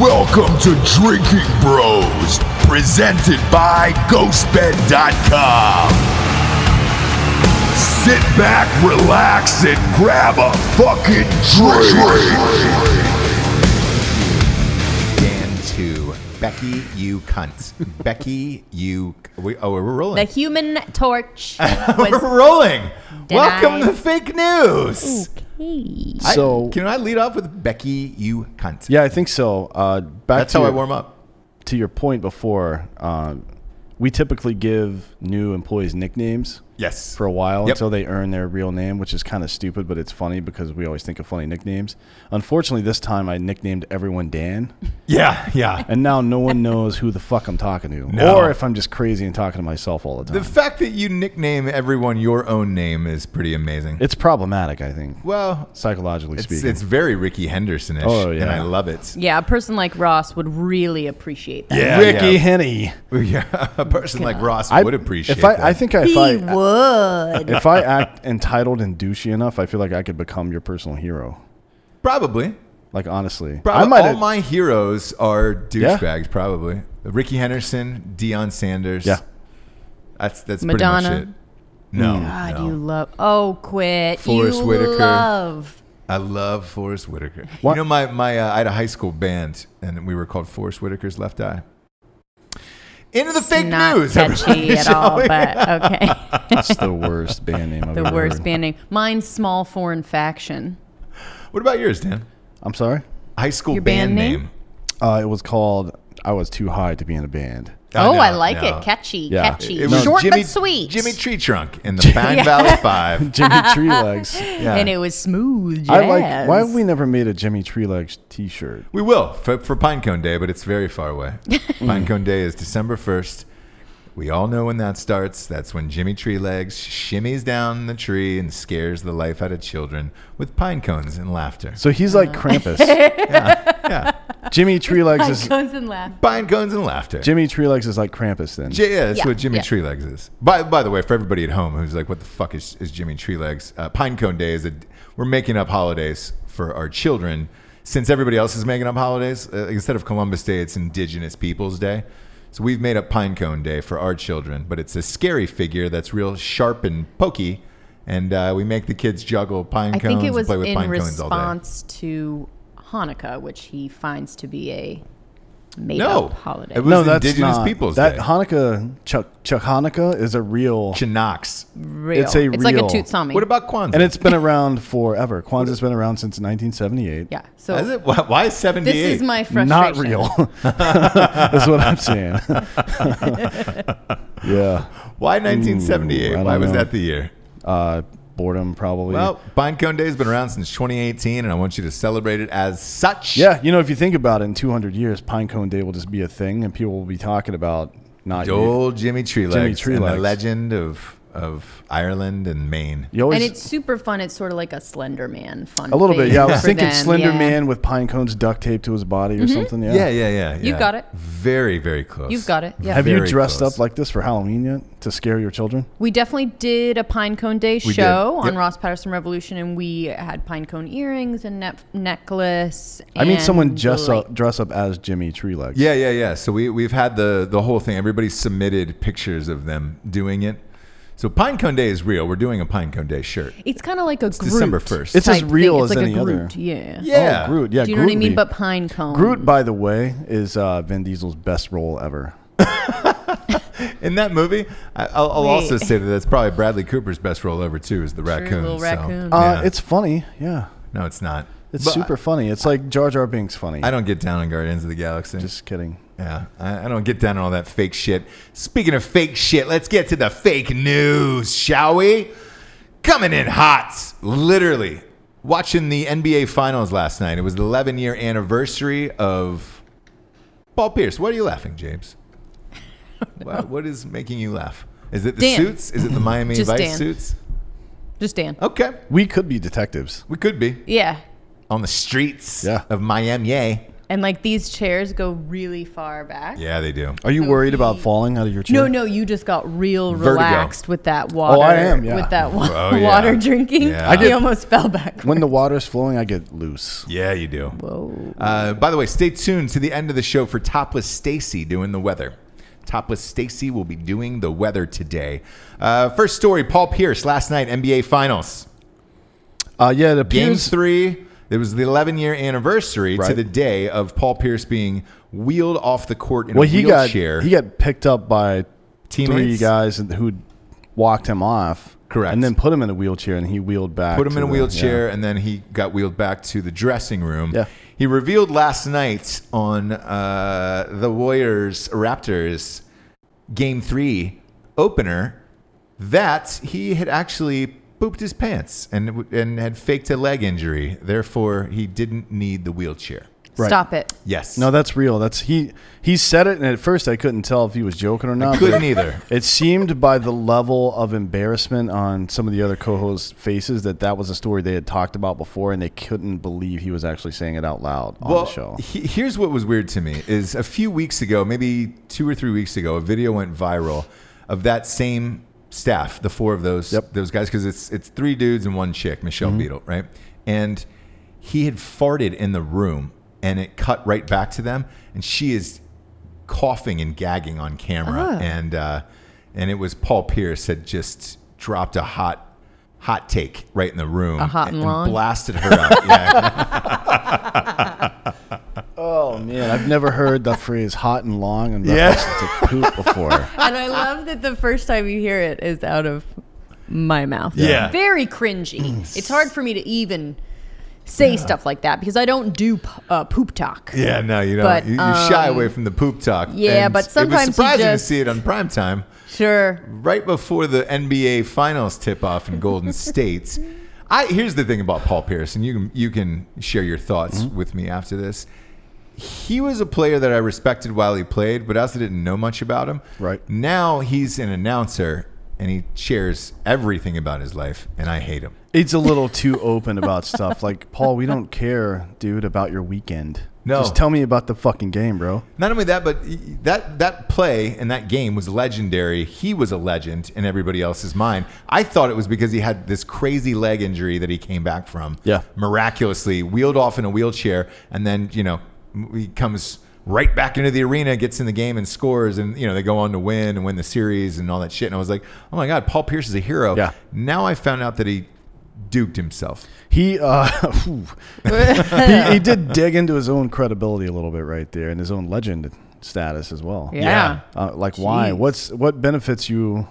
Welcome to Drinking Bros, presented by GhostBed.com. Sit back, relax, and grab a fucking drink. Dan to Becky, you cunt. Becky, you. We, oh, we're The rolling. human torch was We're rolling. Did Welcome I- to fake news. Hey. I- So- can I lead off with Becky, you cunt? Yeah, I think so. Uh, back that's to how I your, warm up. to your point before. Uh, we typically give new employees nicknames Yes. for a while Yep. until they earn their real name, which is kind of stupid, but it's funny because we always think of funny nicknames. Unfortunately, this time I nicknamed everyone Dan, yeah, yeah. and now no one knows who the fuck I'm talking to, No. or if I'm just crazy and talking to myself all the The time. fact that you nickname everyone your own name is pretty amazing. it's problematic, I think, well, psychologically it's, speaking. it's very Ricky Henderson ish, Oh, and yeah. I love it. Yeah, a person like Ross would really appreciate that. Yeah, Ricky yeah. Henny. Yeah, a person like Ross would appreciate If I, that. I think if He I would. if I act entitled and douchey enough, I feel like I could become your personal hero. probably. Like honestly, I Probably might all have- my heroes are Yeah. douchebags. Probably Ricky Henderson, Deion Sanders. Yeah. that's that's Madonna. pretty much it. No, God, no. you love. Oh, quit. Forrest you Whitaker. love. I love Forrest Whitaker. What- You know, my my uh, I had a high school band, and we were called Forrest Whitaker's Left Eye. Into the fake Not news, catchy everybody, at shall all, we? but okay. that's the worst band name. I've the ever worst heard. band name. Mine's Small Foreign Faction. what about yours, Dan? I'm sorry. High school Your band, band name. name? Uh, it was called "I Was Too High to Be in a Band." Oh, no, I like no. it. Catchy, Yeah. catchy. It was Short Jimmy, but sweet. Jimmy Tree Trunk in the Pine Valley Five. Jimmy Tree Legs. Yeah. And it was smooth jazz. I like. Why have we never made a Jimmy Tree Legs T-shirt? We will for, for Pinecone Day, but it's very far away. Pinecone Day is December 1st. We all know when that starts. That's when Jimmy Tree Legs shimmies down the tree and scares the life out of children with pine cones and laughter. So he's like Uh. Krampus. yeah, Jimmy Tree Legs is Cones and laugh. Pine cones and laughter. Jimmy Tree Legs is like Krampus. Then J- yeah, that's Yeah, what Jimmy yeah. Tree Legs is. By, by the way, for everybody at home who's like, what the fuck is, is Jimmy Tree Legs? Uh, Pinecone Day is a. We're making up holidays for our children since everybody else is making up holidays. Uh, instead of Columbus Day, it's Indigenous Peoples Day. So we've made up Pinecone Day for our children, but it's a scary figure that's real sharp and pokey. And uh, we make the kids juggle pine I cones think it and was play with in pine cones all day. response to Hanukkah, which he finds to be a made No. up holiday. It was no, that's Indigenous not Peoples that Day. Hanukkah. Chuck Chuck Hanukkah is a real. Chinox. real. it's a like a real- tootsami. What about Kwanzaa? and it's been around forever. Kwanzaa's been around since 1978. yeah? Is So it? Why, why 78? this is my frustration. Not real. That's what I'm saying. yeah. Why 1978? Ooh, I don't Why was know. that the year? Uh, boredom, probably. Well, Pinecone Day has been around since 2018, and I want you to celebrate it as such. yeah, you know, if you think about it, in 200 years, Pinecone Day will just be a thing, and people will be talking about not The old Jimmy Tree Jimmy Legs, Tree and the Legs. legend of of Ireland and Maine. you. you always, And it's super fun. It's sort of like a Slender Man fun. a little bit. thing Yeah, I was for thinking them, Slender yeah. Mm-hmm. Man with pine cones duct taped to his body or something. Yeah. Yeah, yeah, yeah. yeah. got it. Very, very close. You've got it. Yeah. Have you Very dressed close. up like this for Halloween yet to scare your children? We definitely did a Pinecone Day We show did. on Yep. Ross Patterson Revolution, and we had pinecone earrings and nep- necklace. I mean, someone and dress light- up, dress up as Jimmy Tree Legs. Yeah, yeah, yeah. So we we've had the the whole thing. Everybody submitted pictures of them doing it. So Pinecone Day is real. We're doing a Pinecone Day shirt. Oh, It's kind of like a Groot December 1st. It's as type real thing. as it's like any a other. Groot, Yeah. Yeah, Oh, Groot. Yeah. Do you know what I Groot mean? would be- But pinecone. Groot, by the way, is uh, Vin Diesel's best role ever. In that movie, I, I'll, I'll Wait. also say that that's probably Bradley Cooper's best role ever too. Is the raccoon? little so- raccoon. Uh, Yeah. It's funny, yeah. no, it's not. It's But super funny. It's like Jar Jar Binks funny. I don't get down on Guardians of the Galaxy. Just kidding. yeah, I, I don't get down on all that fake shit. Speaking of fake shit, let's get to the fake news, shall we? Coming in hot, literally. Watching the NBA Finals last night. It was the 11 year anniversary of Paul Pierce. What are you laughing, James? What, what is making you laugh? Is it the Dan. suits? Is it the Miami Just Vice Dan. suits? Just Dan. Okay, We could be detectives. we could be Yeah. on the streets Yeah. of Miami. And like these chairs go really far back. Yeah, they do. Are you So worried he- about falling out of your chair? No, no, you just got real Vertigo. relaxed with that water. I am, yeah. With that wa- Oh, yeah. water drinking, Yeah. yeah. I I get- almost fell back. When the water's flowing, I get loose. Yeah, you do. Whoa. Uh, by the way, stay tuned to the end of the show for Topless Stacy doing the weather. Topless Stacy will be doing the weather today. Uh, first story: Paul Pierce last night NBA Finals, Uh, yeah, it Game appears. Three. It was the 11 year anniversary to Right. the day of Paul Pierce being wheeled off the court in well, a he got wheelchair. he got picked up by three Teammates? guys who walked him off. Correct. And then put him in a wheelchair, and he wheeled back. put him to in a the- wheelchair, and then he got wheeled back to the dressing room. Yeah. He revealed last night on uh, the Warriors Raptors game three opener that he had actually pooped his pants and and had faked a leg injury. Therefore, he didn't need the wheelchair. right. Stop it. Yes. No, that's real. That's he. He said it, and at first I couldn't tell if he was joking or not. couldn't but either. It seemed by the level of embarrassment on some of the other co-hosts' faces that that was a story they had talked about before, and they couldn't believe he was actually saying it out loud on the show. he- here's what was weird to me is a few weeks ago, maybe two or three weeks ago, a video went viral of that same staff, the four of those Yep. those guys, because it's it's three dudes and one chick, Michelle Beadle, right? And he had farted in the room, and it cut right back to them, and she is coughing and gagging on camera, Oh. and uh, and it was Paul Pierce had just dropped a hot. Hot take right in the room, a hot and long? blasted her up. Yeah, Oh man, I've never heard the phrase "hot and long" and reference to poop before. And I love that the first time you hear it is out of my mouth. Yeah. Very cringy. it's hard for me to even say stuff like that because I don't do p- uh, poop talk. Yeah, no, you know, But, um, you, you shy away from the poop talk. yeah, but it sometimes was you surprising to just- see it on prime time Sure. right before the NBA Finals tip off in Golden State. I here's the thing about Paul Pierce, and you can you can share your thoughts Mm-hmm. with me after this. He was a player that I respected while he played, but I also didn't know much about him. Right. now, he's an announcer, and he shares everything about his life, and I hate him. It's a little too open about stuff. Like Paul, we don't care, dude, about your weekend. No. just tell me about the fucking game, bro. Not only that, but that that play and that game was legendary. He was a legend in everybody else's mind. I thought it was because he had this crazy leg injury that he came back from. Yeah. Miraculously wheeled off in a wheelchair and then, you know, he comes right back into the arena, gets in the game and scores and you know, they go on to win and win the series and all that shit and I was like, "Oh my god, Paul Pierce is a hero." Yeah. Now I found out that he duped himself. He uh, whew. he, he did dig into his own credibility a little bit right there, and his own legend status as well. Yeah. Yeah. Uh, like why? Jeez. What's what benefits you?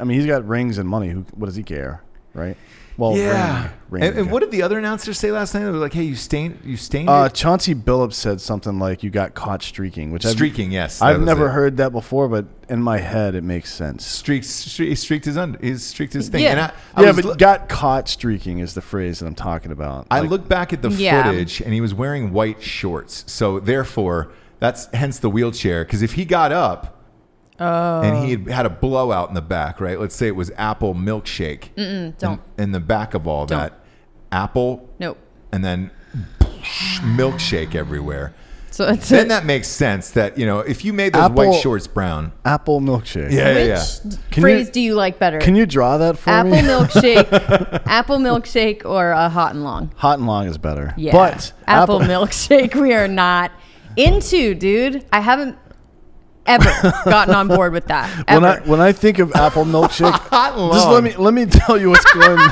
I mean, he's got rings and money. Who? What does he care? Right. Well, ring- ring, and, and okay. what did the other announcers say last night? They were like, "Hey, you stained, you stained Uh, it? Chauncey Billups said something like, "You got caught streaking," which Streaking, yes, that I've, I've was never it. heard that before, but in my head it makes sense. streaked stre- streaked his under he streaked his thing. Yeah. And I, I yeah, was but lo- got caught streaking is the phrase that I'm talking about. I Like, looked back at the Yeah. footage and he was wearing white shorts. So therefore, that's hence the wheelchair. Because if he got up and he Oh. had had a blowout in the back, right? Let's say it was apple milkshake Mm, Don't. in the back of all Don't. that apple Nope. and then milkshake everywhere. So it's Then that makes sense that, you know, if you made those white Apple- shorts brown. apple milkshake. Yeah, yeah, Which yeah. Can phrase you- do you like better? Can you draw that for apple me? milkshake, apple milkshake, or a hot and long? Hot and long is better. Yeah. But apple, milkshake, we are not into, dude. I haven't ever gotten on board with that. Ever. when I when I think of apple milkshake, Hot and just long. let me let me tell you what's going.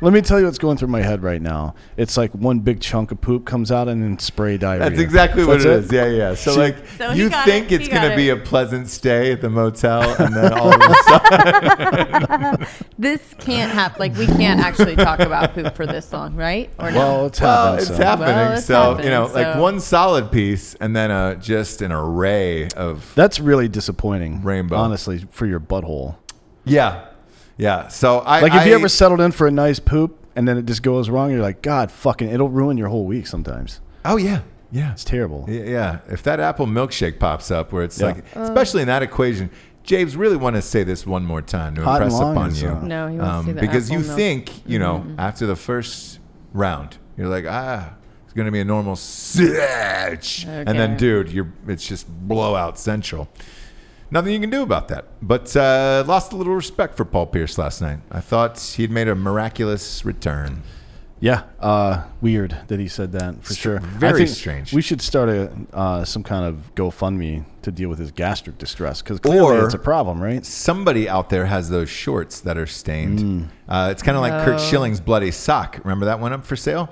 let me tell you what's going through my head right now. It's like one big chunk of poop comes out and then spray diarrhea. That's exactly what That's it is. Yeah, yeah. So, like, So he you got think it. it's He got going to it. be a pleasant stay at the motel, and then all of a sudden, this can't happen. Like we can't actually talk about poop for this long, right? Or no? Well, it's Well, happened. it's so. happening. Well, it's so you happening, know, like so- one solid piece, and then uh, just an array of That's really disappointing. Rainbow. Honestly, for your butthole. yeah, yeah. So I Like if I, you ever settled in for a nice poop and then it just goes wrong, you're like, God, fucking, it'll ruin your whole week sometimes. oh yeah, yeah, It's terrible. yeah, yeah. If that apple milkshake pops up, where it's Yeah. like, especially in that equation. James, really want to say this one more time to Hot and impress long upon is, you. Um, uh, No, he wants to see the because apple Mm-hmm. you milk. think, you know, after the first round, you're like, ah, going to be a normal sitch. And then, Okay. dude, you're it's just blowout central. Nothing you can do about that. But uh, lost a little respect for Paul Pierce last night. I thought he'd made a miraculous return. Yeah, uh, weird that he said that for Str- sure. I very think strange. We should start a uh, some kind of GoFundMe to deal with his gastric distress because clearly Or- it's a problem, right? Somebody out there has those shorts that are stained. Mm. Uh, it's kind of like Kurt Schilling's bloody sock. Remember that went up for sale?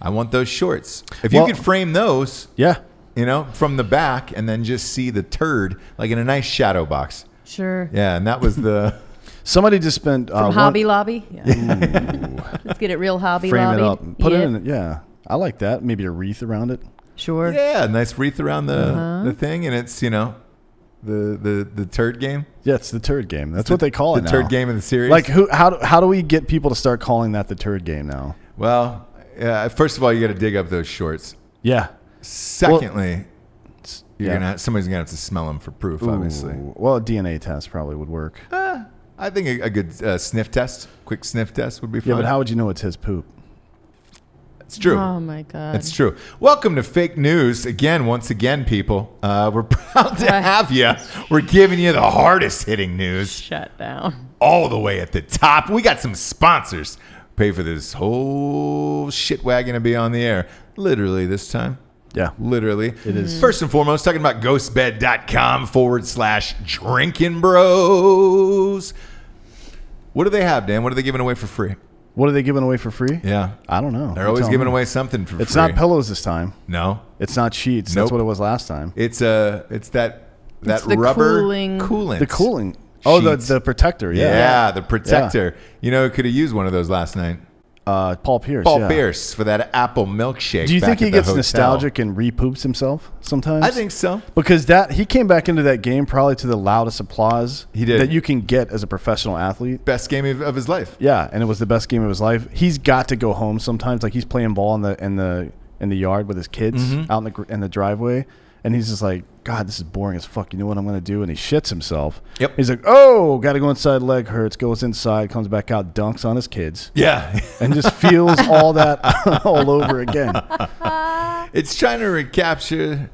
I want those shorts. If you Well- could frame those, Yeah, you know, from the back and then just see the turd like in a nice shadow box. Sure. Yeah, and that was the somebody just spent uh, From one- Hobby Lobby. Yeah. Let's get it real Hobby frame Lobby. it up, put it in. Yeah, I like that. Maybe a wreath around it. Sure. yeah, nice wreath around the the thing, and it's you know the the the turd game. Yeah, it's the turd game. That's what they call the it. turd now. game of the series. Like who? How do, how do we get people to start calling that the turd game now? well, uh, first of all, you got to dig up those shorts. Yeah, Secondly, you're yeah. gonna somebody's gonna have to smell them for proof. Obviously, Uh, Ooh, Well, a DNA test probably would work. I think a, a good uh, sniff test, quick sniff test would be fun. Yeah, but how would you know it's his poop? It's true. Oh my God. It's true. Welcome to fake news again, once again, people. Uh, we're proud to have you. We're giving you the hardest hitting news Shut down. all the way at the top. We got some sponsors. Pay for this whole shit wagon to be on the air. Literally this time. Yeah, Literally. It is. First and foremost, talking about ghostbed.com forward slash drinking bros. What do they have, Dan? What are they giving away for free? what are they giving away for free? Yeah. I don't know. They're You always tell giving me. away something for free. It's not pillows this time. No. It's not sheets. Nope. That's what it was last time. It's a it's that that It's the rubber cooling- coolant. The cooling. Oh, the, Sheets. the protector. Yeah, Yeah. the protector. You know, could have used one of those last night. Uh, Paul Pierce. Paul yeah. Pierce for that apple milkshake. Do you back think he at the gets hotel. nostalgic and repoops himself sometimes? I think so. because that he came back into that game probably to the loudest applause He did. that you can get as a professional athlete. Best game of, of his life. Yeah, and it was the best game of his life. He's got to go home sometimes. Like he's playing ball in the in the in the yard with his kids Mm-hmm. out in the gr- in the driveway, and he's just like, God, this is boring as fuck. You know what I'm gonna do? And he shits himself. Yep. He's like, Oh, got to go inside. Leg hurts. Goes inside. Comes back out. Dunks on his kids. Yeah, And just feels all that all over again. it's trying to recapture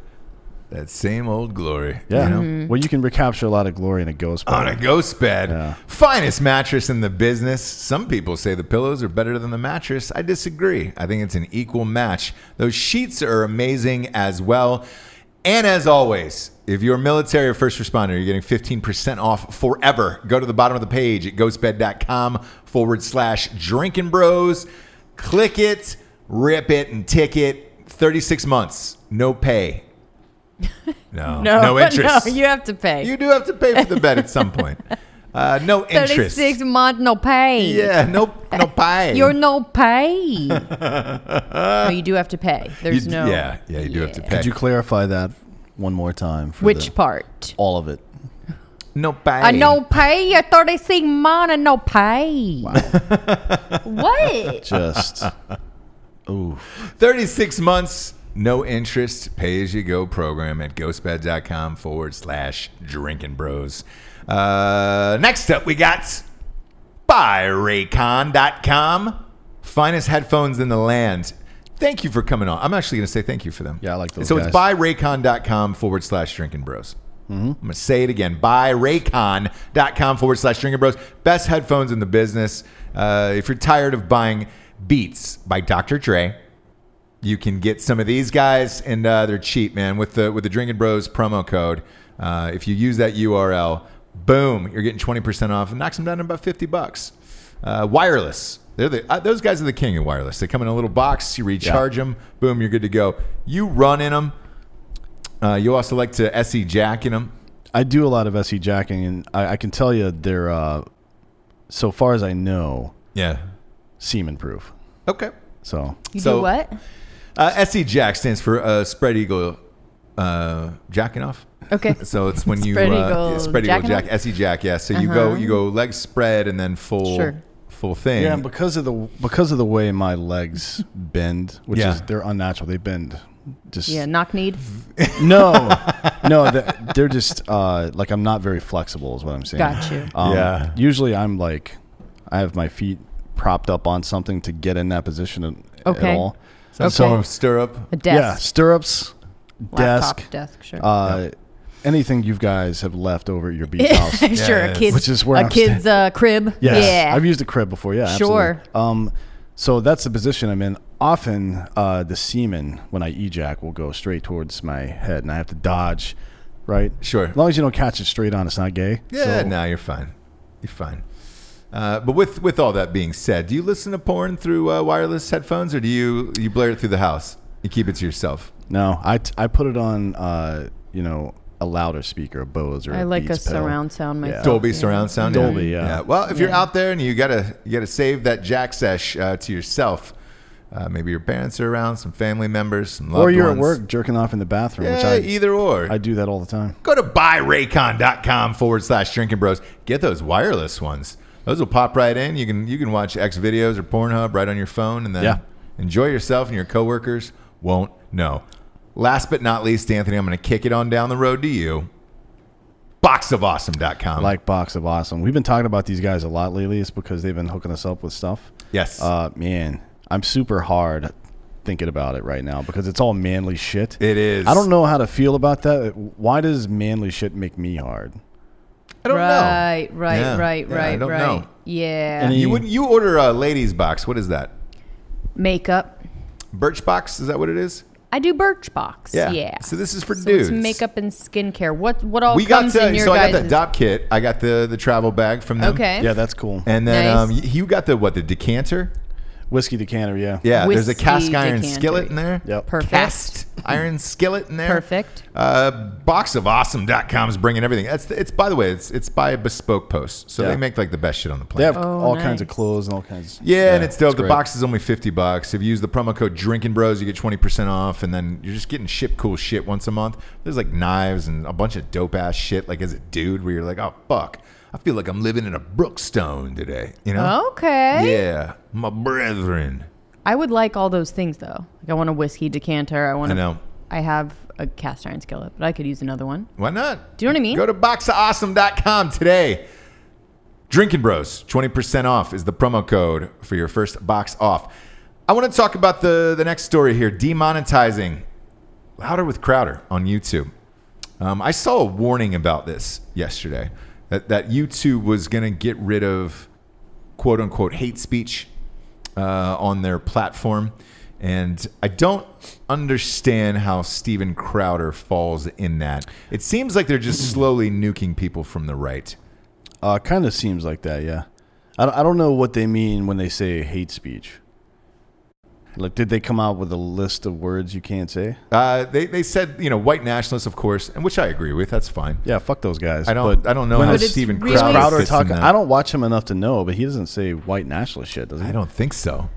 that same old glory. you Yeah. know? Well, you can recapture a lot of glory in a ghost. on bed. a ghost bed. Yeah. Finest mattress in the business. Some people say the pillows are better than the mattress. I disagree. I think it's an equal match. Those sheets are amazing as well. And as always, if you're a military or first responder, you're getting 15% off forever. Go to the bottom of the page at ghostbed.com forward slash drinking bros. Click it, rip it, and tick it. 36 months, no pay. No, No, Oh. no interest. No, you have to pay. You do have to pay for the bed at some point. Uh, no interest. 36 month no pay. Yeah, no, no pay. You're no pay. no, you do have to pay. You There's d- no. Yeah, yeah, you do have to Yeah. pay. Could you clarify that one more time? For Which the- part? All of it. no pay. A no pay, a 36 month, a no pay. what? Just. Oof. Thirty-six months, no interest, pay-as-you-go program at ghostbed.com forward slash drinking bros. Uh, next up, we got buyraycon.com. Finest headphones in the land. Thank you for coming on. I'm actually going to say thank you for them. Yeah, I like those So it's guys. Mm-hmm. buyraycon.com forward slash drinking bros. I'm going to say it again buyraycon.com forward slash drinking bros. Best headphones in the business. Uh, if you're tired of buying Beats by Dr. Dre, you can get some of these guys, and uh, they're cheap, man. With the with the Drinking Bros promo code, uh, if you use that URL, boom, you're getting twenty percent off. It knocks them down to about fifty bucks. Uh, wireless, they're the uh, those guys are the king of wireless. They come in a little box, you recharge them, boom, you're good to go. You run in them. Uh, you also like to E se jack in them. I do a lot of SE jacking, and I, I can tell you they're, uh, so far as I know, Yeah. semen proof. Okay. So You So- do what? Uh, se jack stands for uh, spread eagle uh, jacking off. Okay. So it's when you Spread uh, eagle yeah, spread eagle jacking jack, off? SE jack, yeah. So you go you go leg spread and then full Uh-huh. Sure. full thing. yeah, and because of the because of the way my legs bend, which Yeah. is they're unnatural. They bend just Yeah, knock need. no, no. th- They're just uh, like I'm not very flexible, is what I'm saying. Got you. Um, Yeah. Usually I'm like, I have my feet propped up on something to get in that position at, at Okay. all. Sounds Okay. so stirrup. A Yeah, desk, stirrups, laptop, desk, desk, sure. uh, anything you guys have left over at your beach house. sure, yeah, a kid's, which is where a I'm kid's uh, crib. Yes. Yeah. I've used a crib before. Yeah. Sure. Absolutely. Um, so that's the position I'm in. Often, uh, the semen when I ejac will go straight towards my head, and I have to dodge. Right. Sure. As long as you don't catch it straight on, it's not gay. Yeah, So- no, you're fine. You're fine. Uh, but with with all that being said, do you listen to porn through uh, wireless headphones, or do you you blare it through the house? You keep it to yourself. No. I, t- I put it on. Uh, you know, a louder speaker, Bose or I like a Beats pedal. surround sound myself. Dolby Yeah. surround sound. Uh, Dolby, yeah. Well, if you're Yeah. out there and you gotta you gotta save that jack sesh uh, to yourself, uh, maybe your parents are around, some family members, some loved Or you're ones. at work jerking off in the bathroom, Yeah, which either or. I I do that all the time. Go to buyraycon.com forward slash drinking bros. Get those wireless ones. Those will pop right in. You can you can watch X videos or Pornhub right on your phone and then Yeah. enjoy yourself and your coworkers won't know. Last but not least, Anthony, I'm gonna kick it on down the road to you. Boxofawesome.com. Like Box of Awesome. We've been talking about these guys a lot lately. It's because they've been hooking us up with stuff. yes. Uh, man, I'm super hard thinking about it right now because it's all manly shit. it is. I don't know how to feel about that. Why does manly shit make me hard? I don't know. right, Right, Yeah, right, yeah, I right, don't right. know. Yeah. Any- You would you order a ladies box. What is that? makeup. Birch box? Is that what it is? I do Birchbox. Yeah. So this is for So dudes. It's makeup and skincare. What what all we got comes in to, your so I guys' got the dop kit. I got the the travel bag from them. Okay. Yeah, that's cool. And then Nice. um, y- you got the what the decanter? Whiskey decanter, yeah. Yeah. there's a Whiskey cast iron decanter. skillet in there. Yep. Perfect. Cast iron skillet in there. Perfect. Uh, boxofawesome.com is bringing everything. That's it's by the way, it's it's by Bespoke Post. So Yeah. they make like the best shit on the planet. They have Oh, all kinds of nice. clothes and all kinds. Yeah, and it's dope. the great. box is only fifty bucks. If you use the promo code Drinking Bros, you get twenty percent off, and then you're just getting ship cool shit once a month. There's like knives and a bunch of dope ass shit. Like as a dude, where you're like, oh fuck, I feel like I'm living in a Brookstone today. You Oh, know? Okay. Yeah, my brethren. I would like all those things though. Like I want a whiskey decanter. I want. I know. I have a cast iron skillet, but I could use another one. Why not? Do you know what I mean? Go to boxofawesome.com today. Drinking Bros, 20% off is the promo code for your first box off. I want to talk about the, the next story here demonetizing Louder with Crowder on YouTube. Um, I saw a warning about this yesterday that, that YouTube was going to get rid of quote unquote hate speech uh, on their platform. And I don't understand how Steven Crowder falls in that. It seems like they're just slowly nuking people from the right. Uh, kind of seems like that, yeah. I don't, I don't know what they mean when they say hate speech. Like, did they come out with a list of words you can't say? Uh, they, they said, you know, white nationalists, of course, and which I agree with. That's fine. Yeah, fuck those guys. I don't, But I don't know when how it's it's Steven really- Crowder, Crowder fits in talking. that. I don't watch him enough to know, but he doesn't say white nationalist shit, does he? I don't think so.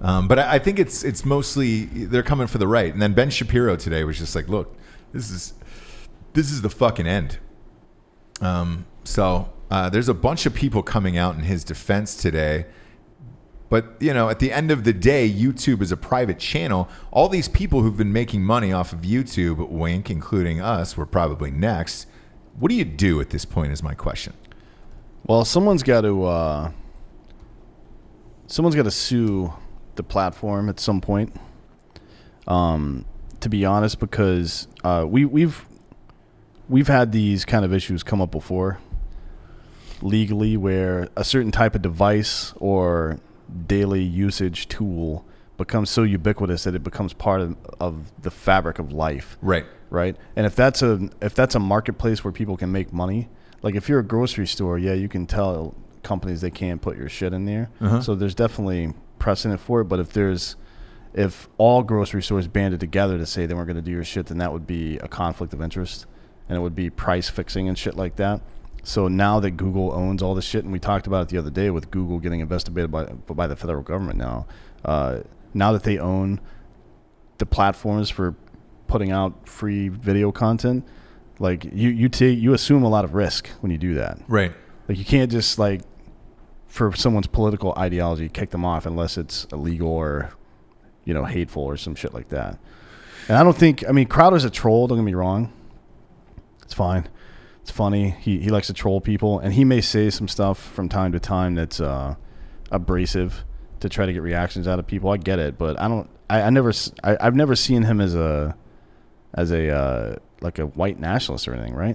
Um, but I, I think it's it's mostly they're coming for the right. And then Ben Shapiro today was just like, look, this is this is the fucking end. Um, so uh, there's a bunch of people coming out in his defense today. But you know, at the end of the day, YouTube is a private channel. All these people who've been making money off of YouTube, wink, including us, we're probably next. What do you do at this point? Is my question. Well, someone's got to uh, someone's got to sue the platform at some point. Um, to be honest, because uh, we we've we've had these kind of issues come up before legally, where a certain type of device or daily usage tool becomes so ubiquitous that it becomes part of, of the fabric of life Right. right? And if that's a if that's a marketplace where people can make money, like if you're a grocery store, yeah, you can tell companies they can't put your shit in there. So there's definitely precedent for it. But if there's if all grocery stores banded together to say they weren't going to do your shit, then that would be a conflict of interest, and it would be price fixing and shit like that. So now that Google owns all this shit, and we talked about it the other day with Google getting investigated by by the federal government now, uh, now that they own the platforms for putting out free video content like you you take you assume a lot of risk when you do that Right. like you can't just like for someone's political ideology kick them off unless it's illegal or you know hateful or some shit like that and i don't think i mean crowder's a troll don't get me wrong it's fine it's funny he, he likes to troll people and he may say some stuff from time to time that's uh, abrasive to try to get reactions out of people. I get it, but I don't. I, I never. s- I, have never seen him as a as a uh, like a white nationalist or anything, right?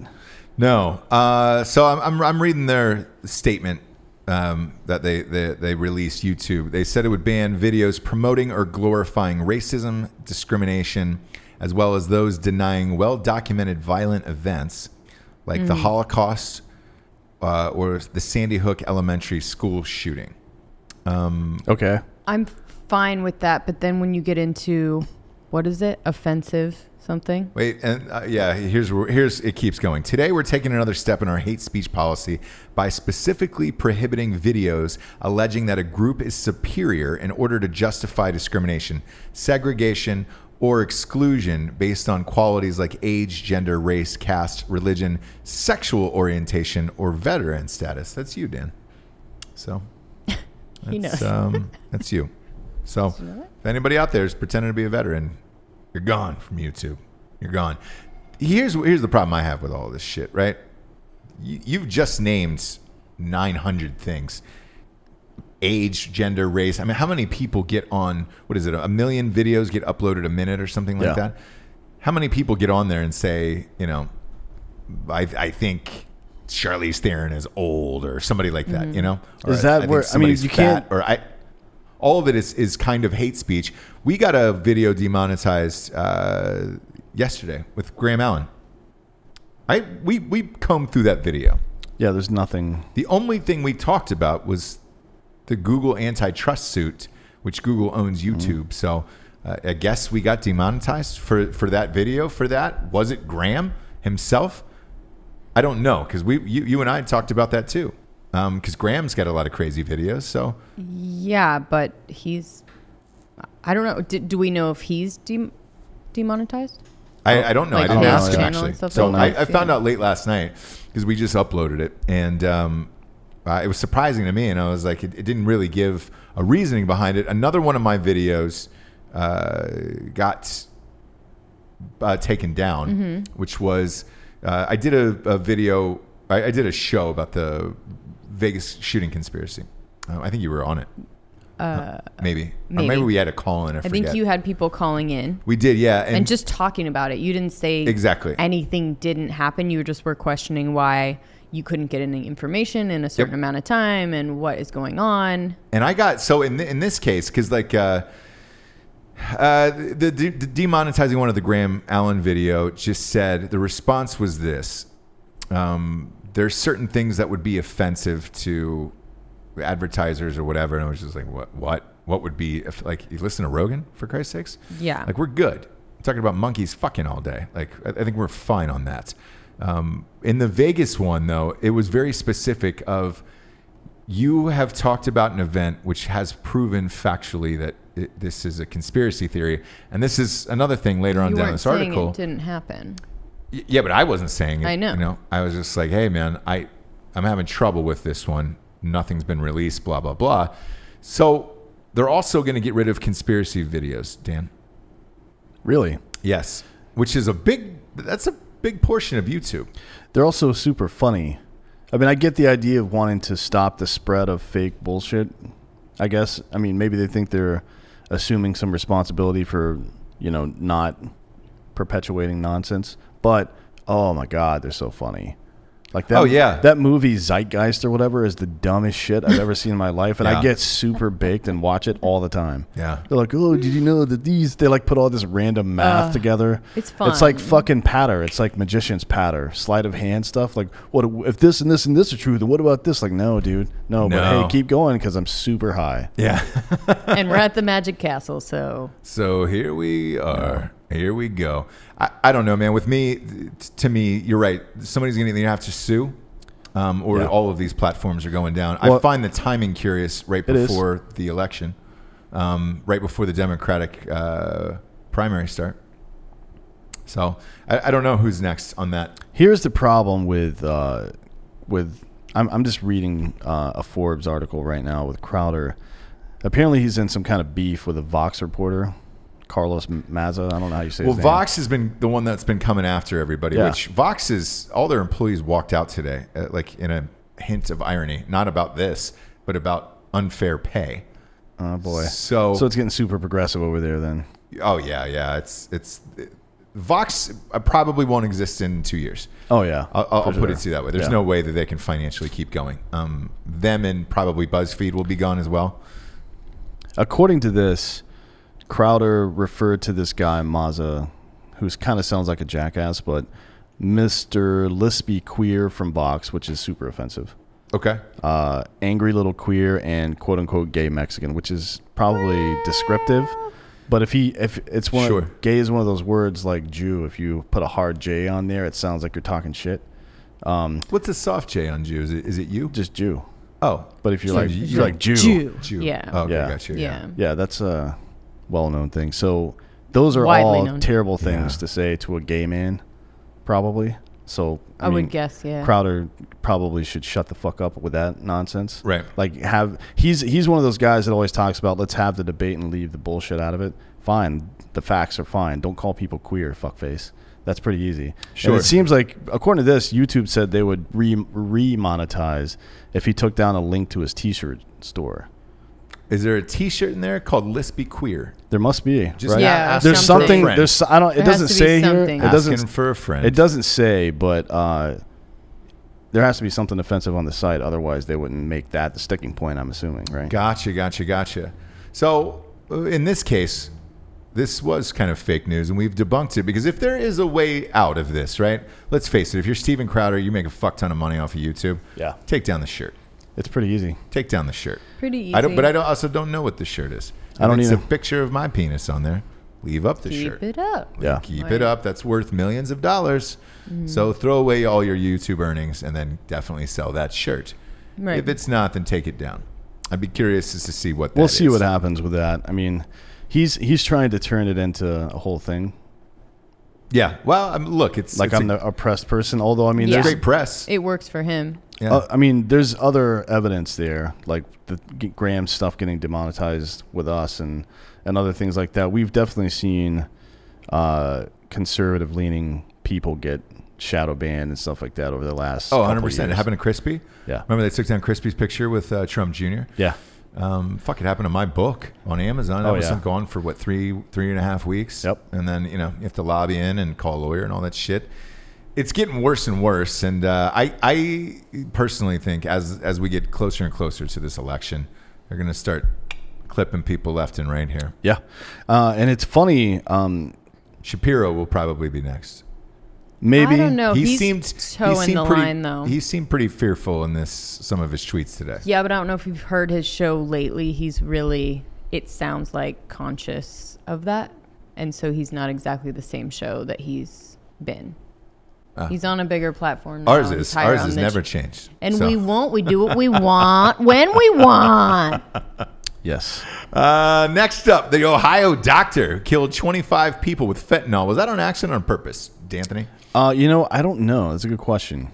No. Uh, so I'm, I'm, I'm reading their statement um, that they, they, they released YouTube. They said it would ban videos promoting or glorifying racism, discrimination, as well as those denying well documented violent events like the Holocaust uh, or the Sandy Hook Elementary School shooting. Okay. I'm fine with that, but then when you get into what is it? Offensive something? Wait, and uh, yeah, here's where- here's it keeps going. Today we're taking another step in our hate speech policy by specifically prohibiting videos alleging that a group is superior in order to justify discrimination, segregation, or exclusion based on qualities like age, gender, race, caste, religion, sexual orientation, or veteran status. That's you, Dan. So He that's, knows. um, that's you. So, if anybody out there is pretending to be a veteran, you're gone from YouTube. You're gone. Here's here's the problem I have with all this shit, right? You, you've just named 900 things. Age, gender, race. I mean, how many people get on? What is it? A million videos get uploaded a minute or something like Yeah. that. How many people get on there and say, you know, I, I think Charlize Theron is old or somebody like that, you know? Or Is that think where- I mean, somebody's you can't- fat Or I, all of it is, is kind of hate speech. We got a video demonetized uh, yesterday with Graham Allen. I we we combed through that video. Yeah. There's nothing. The only thing we talked about was the Google antitrust suit, which Google owns YouTube. So uh, I guess we got demonetized for, for that video. For that, was it Graham himself? I don't know because we you, you and I talked about that too. Because Graham's got a lot of crazy videos. So Yeah, but he's. I don't know. Do, do we know if he's dem demonetized? I, I don't know. Oh, Like I didn't his ask him channel and actually. stuff So like I, that? I found Yeah. out late last night because we just uploaded it, and um, uh, it was surprising to me. And I was like, it, it didn't really give a reasoning behind it. Another one of my videos uh, got uh, taken down, Mm-hmm. which was uh, I did a, a video, I, I did a show about the Vegas shooting conspiracy. Uh, I think you were on it. Uh, maybe. Or maybe maybe. we had a call in. I, I forget. think you had people calling in We did, yeah. and just talking about it. You didn't say Exactly. anything didn't happen. You just were questioning why you couldn't get any information in a certain Yep. amount of time and what is going on. And I got so in th- in this case because like uh, uh, the, the demonetizing one of the Graham Allen video just said the response was this: um, there's certain things that would be offensive to advertisers or whatever, and I was just like, what what what would be if, like you listen to Rogan for Christ's sakes? Yeah. like we're good. I'm talking about monkeys fucking all day. Like I, I think we're fine on that. Um, in the Vegas one though, it was very specific of you have talked about an event which has proven factually that it, this is a conspiracy theory, and this is another thing later on you down weren't this saying article. it didn't happen. Y- Yeah, but I wasn't saying it. I know. You know, I was just like, hey, man, I, I'm having trouble with this one. Nothing's been released. Blah blah blah. So they're also going to get rid of conspiracy videos, Dan. Really. Yes, which is a big. That's a big portion of YouTube. They're also super funny. I mean, I get the idea of wanting to stop the spread of fake bullshit. I guess. I mean, maybe they think they're assuming some responsibility for, you know, not perpetuating nonsense. But oh my god, they're so funny. Like that. Oh, yeah. That movie Zeitgeist or whatever is the dumbest shit I've ever seen in my life, and Yeah. I get super baked and watch it all the time. Yeah. They're like, oh, did you know that these? They like put all this random math together. it's It's like fun. fuck fucking patter. It's like magician's patter, sleight of hand stuff. Like, what if this and this and this are true? Then what about this? Like, no, dude, no. No. But hey, keep going because I'm super high. Yeah. and we're at the Magic Castle, so So here we are. Here we go. I, I don't know, man. With me, t- to me, you're right. Somebody's going to either have to sue, um, or Yeah. all of these platforms are going down. I Well- find the timing curious right It is. before the election, um, right before the Democratic uh, primary start. So I, I don't know who's next on that. Here's the problem with uh, with I'm, I'm just reading uh, a Forbes article right now with Crowder. Apparently, he's in some kind of beef with a Vox reporter, Carlos M- Maza. I don't know how you say. Well, his name. Vox has been the one that's been coming after everybody. Yeah. Which Vox is all their employees walked out today, uh, like in a hint of irony, not about this, but about unfair pay. Oh boy. So- so it's getting super progressive over there then. Oh yeah, yeah. It's it's Vox uh, probably won't exist in two years. Oh yeah. I'll, I'll, For I'll put it sure. to you that way. There's Yeah. no way that they can financially keep going. Um, them and probably BuzzFeed will be gone as well. According to this, Crowder referred to this guy Mazza, who kind of sounds like a jackass, but Mr. Lispy Queer from Vox, which is super offensive. Okay. Uh, angry little queer and quote unquote gay Mexican, which is probably descriptive. But if he if it's one Sure. gay is one of those words like Jew. If you put a hard J on there, it sounds like you're talking shit. What's a soft J on Jew? Is it, is it you? Just Jew. Oh, But if you're So like you- you're like Jew, Jew. Jew. Yeah. Oh, okay, Yeah. gotcha. yeah. yeah, that's a well-known thing. So those are Widely all known. terrible things Yeah. to say to a gay man, probably. So I would mean, guess, yeah. Crowder probably should shut the fuck up with that nonsense. Right. Like have he's he's one of those guys that always talks about let's have the debate and leave the bullshit out of it. Fine, the facts are fine. Don't call people queer, fuckface. That's pretty easy. And Sure. it seems like according to this, YouTube said they would re re-monetize if he took down a link to his T-shirt store. Is there a T-shirt in there called "Lispy Queer"? There must be. Just not right? Yeah, asking there's for a something- something. friend. There's I don't. It There has doesn't to be say here. something. It asking doesn't. for a friend. It doesn't say, but uh, there has to be something offensive on the site. Otherwise, they wouldn't make that the sticking point. I'm assuming, right? Gotcha, gotcha, gotcha. So uh, in this case, this was kind of fake news, and we've debunked it because if there is a way out of this, right? Let's face it: if you're Steven Crowder, you make a fuck ton of money off of YouTube. Yeah. Take down the shirt. It's pretty easy. Take down the shirt. Pretty easy. I don't, but I don't, also don't know what the shirt is. I don't If It's either. a picture of my penis on there. Leave up the keep shirt. it up. Yeah. Keep Right. Mm-hmm. it up. That's worth millions of dollars. So throw away all your YouTube earnings and then definitely sell that shirt. Right. If it's not, then take it down. I'd be curious as to see what. We'll that see is. what happens with that. I mean, he's he's trying to turn it into a whole thing. Yeah. Well, I mean, look, it's Like it's I'm a the oppressed person. Although I mean, Yeah. there's great press. It works for him. yeah. Oh, Uh, I mean, there's other evidence there, like the G- Graham stuff getting demonetized with us, and and other things like that. We've definitely seen uh, conservative leaning people get shadow banned and stuff like that over the last. oh, couple 100 percent. It years. happened to Crispy. Yeah. Remember they took down Crispy's picture with uh, Trump Jr. Yeah, Um, fuck, it happened to my book on Amazon. I Oh, was yeah. gone for what three three and a half weeks. Yep. And then you know you have to lobby in and call a lawyer and all that shit. It's getting worse and worse. And uh, I I personally think as as we get closer and closer to this election, they're gonna start clipping people left and right here. yeah, uh, and it's funny. Um, Shapiro will probably be next. maybe I don't know. he he's seemed toeing he seemed the pretty, line though. He seemed pretty fearful in this some of his tweets today. yeah, but I don't know if you've heard his show lately. He's really, it sounds like conscious of that, and so he's not exactly the same show that he's been. he's on a bigger platform. Now. Ah. Ours He's is higher ours on is the- never changed. And So- we won't. We do what we want when we want. Yes, uh, next up, the Ohio doctor killed 25 people with fentanyl. Was that on accident or on purpose, D'Anthony? uh, you know, I don't know. That's a good question.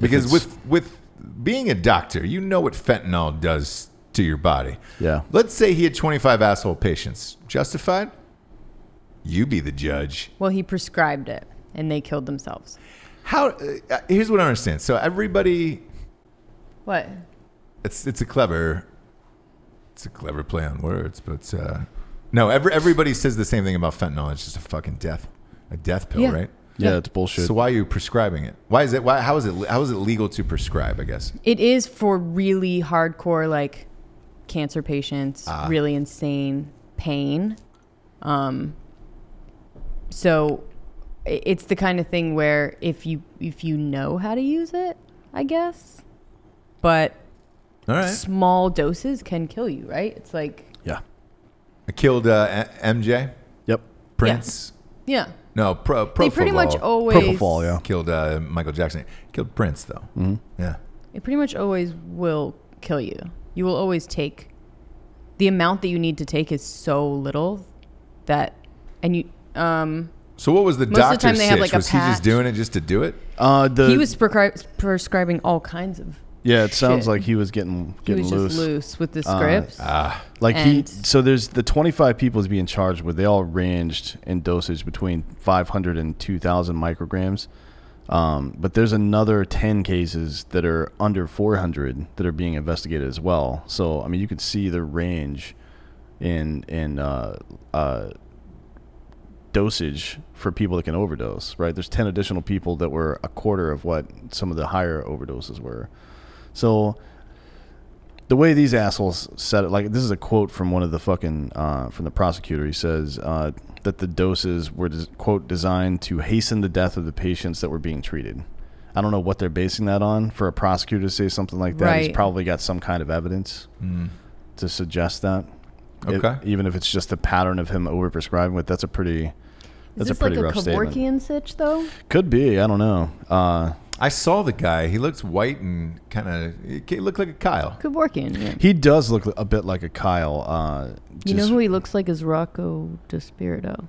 Because it's- with with being a doctor, you know what fentanyl does to your body. Yeah. Let's say he had 25 asshole patients. Justified? You be the judge. Well, he prescribed it, and they killed themselves. How? Uh, here's what I understand. So everybody What? it's it's a clever it's a clever play on words, but uh, no, every, everybody says the same thing about fentanyl. It's just a fucking death, a death pill, Yeah. right? Yeah, it's bullshit. So why are you prescribing it? Why is it? Why how is it? How is it legal to prescribe? I guess. It is for really hardcore, like cancer patients, Ah. really insane pain. Um, so i- it's the kind of thing where if you if you know how to use it, I guess, but All right. small doses can kill you, right? It's like yeah. I killed uh, A- MJ Yep. Prince. yeah, No, pro, Propofol. they pretty much always Propofol. Yeah. killed uh, Michael Jackson. Killed Prince though. Yeah. It pretty much always will kill you. You will always take the amount that you need to take is so little that and you um So what was the Most of the doctor time they have, sitch? like, a was he just patch. doing it just to do it? Uh, the he was prescri- prescribing all kinds of yeah. It sounds shit. like he was getting he was getting loose. Uh, ah, just loose with the scripts. Like And- he, so there's the 25 people he's being charged with. They all ranged in dosage between 500 and 2,000 micrograms. Um, but there's another 10 cases that are under 400 that are being investigated as well. So I mean, you can see the range in in uh, uh, dosage for people that can overdose. Right, there's ten additional people that were a quarter of what some of the higher overdoses were. So the way these assholes said it, like this is a quote from one of the fucking uh, from the prosecutor. He says uh, that the doses were des- quote designed to hasten the death of the patients that were being treated. I don't know what they're basing that on. For a prosecutor to say something like that, he's Right. probably got some kind of evidence to suggest that. It- Okay. even if it's just a pattern of him overprescribing, with that's a pretty Is that's this a pretty like a rough statement. Kevorkian sitch though? Could be. I don't know. Uh, I saw the guy. He looks white and kind of he looked like a Kyle. Kevorkian. Yeah. he does look a bit like a Kyle. Uh, You know just- who he looks like is Rocco Despirito.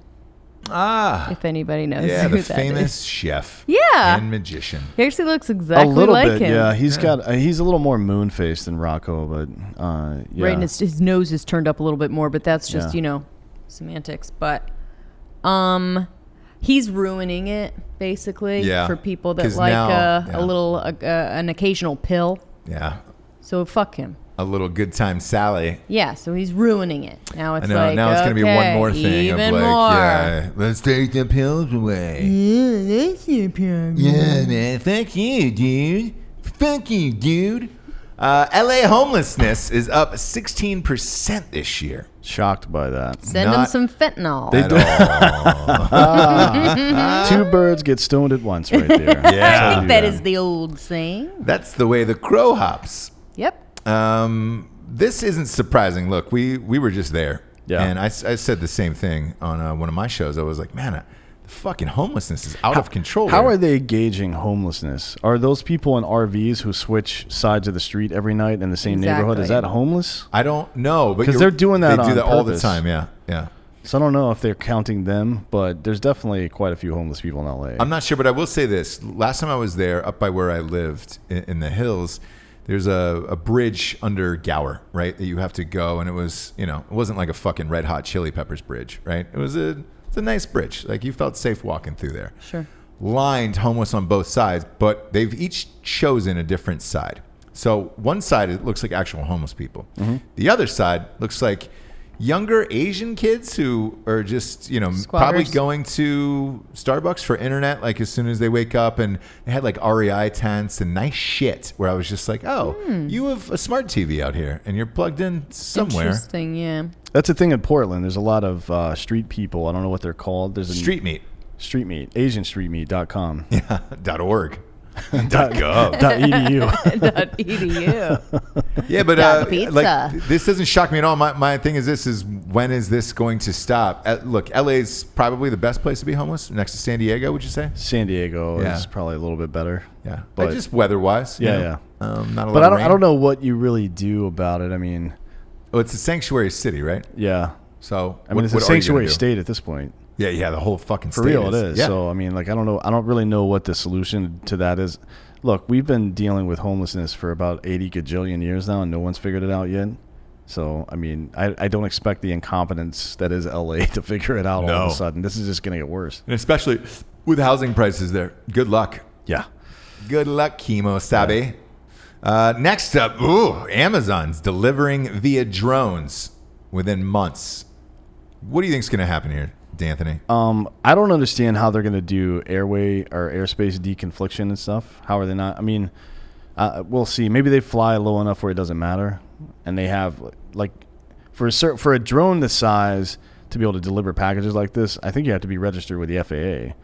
Ah, If anybody knows yeah, who the that is. famous chef. Yeah. and magician. He actually looks exactly a little like bit, him. yeah. He's got uh, he's a little more moon faced than Rocco, but uh, yeah. Right, and his, his nose is turned up a little bit more, but that's just Yeah. you know semantics. But um, he's ruining it basically Yeah, for people 'cause that like now- uh a, yeah. little uh, uh, an occasional pill. Yeah, So fuck him. a little good time Sally. Yeah, so he's ruining it. Now it's I know. like now it's gonna be okay, one more thing even of like, more. yeah, let's take the pills away. Yeah, man. Thank you, dude. Thank you, dude. Uh, LA homelessness is up 16% this year. shocked by that. Send him Not- some fentanyl. At all. Two birds get stoned at once, right there. Yeah. I think that is the old saying. That's the way the crow hops. Yep. Um, this isn't surprising. Look, we we were just there, Yeah. and I, s- I said the same thing on uh, one of my shows. I was like, man, uh, the fucking homelessness is out of control. How here." are they gauging homelessness? Are those people in RVs who switch sides of the street every night in the same neighborhood? Is that Exactly. homeless? I don't know, but 'Cause you're- they're doing that They do on that all the purpose. time. Yeah, yeah. So I don't know if they're counting them, but there's definitely quite a few homeless people in LA. I'm not sure, but I will say this: last time I was there, up by where I lived in, in the hills, there's a, a bridge under Gower, right? That you have to go, and it was, you know, it wasn't like a fucking Red Hot Chili Peppers bridge, right? It was a, it's a nice bridge. Like you felt safe walking through there. Sure. lined homeless on both sides, but they've each chosen a different side. So one side it looks like actual homeless people. Mm-hmm. The other side looks like younger Asian kids who are just you know probably Squatters. going to Starbucks for internet like as soon as they wake up, and they had like REI tents and nice shit. Where I was just like, oh, Hmm. you have a smart TV out here and you're plugged in somewhere. Interesting. Yeah. That's a thing in Portland. There's a lot of uh, street people. I don't know what they're called. There's a Street meat. street meat, AsianStreetMeat.com. dot org. dot gov. dot edu. Dot edu. Yeah, but Yeah, uh, pizza. like this doesn't shock me at all. My, my thing is this: is when is this going to stop? Uh, look, LA's probably the best place to be homeless, next to San Diego. Would you say? San Diego Yeah. is probably a little bit better. Yeah, But- but just weather-wise. you Yeah, know, Um, not a But lot I of don't, I rain. don't know what you really do about it. I mean, Oh, it's a sanctuary city, right? yeah. So I mean, it's a sanctuary state at this point. Yeah, yeah, the whole fucking For state real, it is. Yeah. So, I mean, like, I don't know. I don't really know what the solution to that is. Look, we've been dealing with homelessness for about 80 gajillion years now, and no one's figured it out yet. So, I mean, I, I don't expect the incompetence that is LA to figure it out all No. of a sudden. This is just going to get worse. and especially with housing prices there. Good luck. Yeah. Good luck, chemo sabe. Uh, next up, ooh, Amazon's delivering via drones within months. What do you think's going to happen here, D'Anthony? Um, I don't understand how they're going to do airway or airspace deconfliction and stuff. How are they not? I mean, uh, we'll see. Maybe they fly low enough where it doesn't matter, and they have like for a cer- for a drone this size to be able to deliver packages like this. I think you have to be registered with the FAA.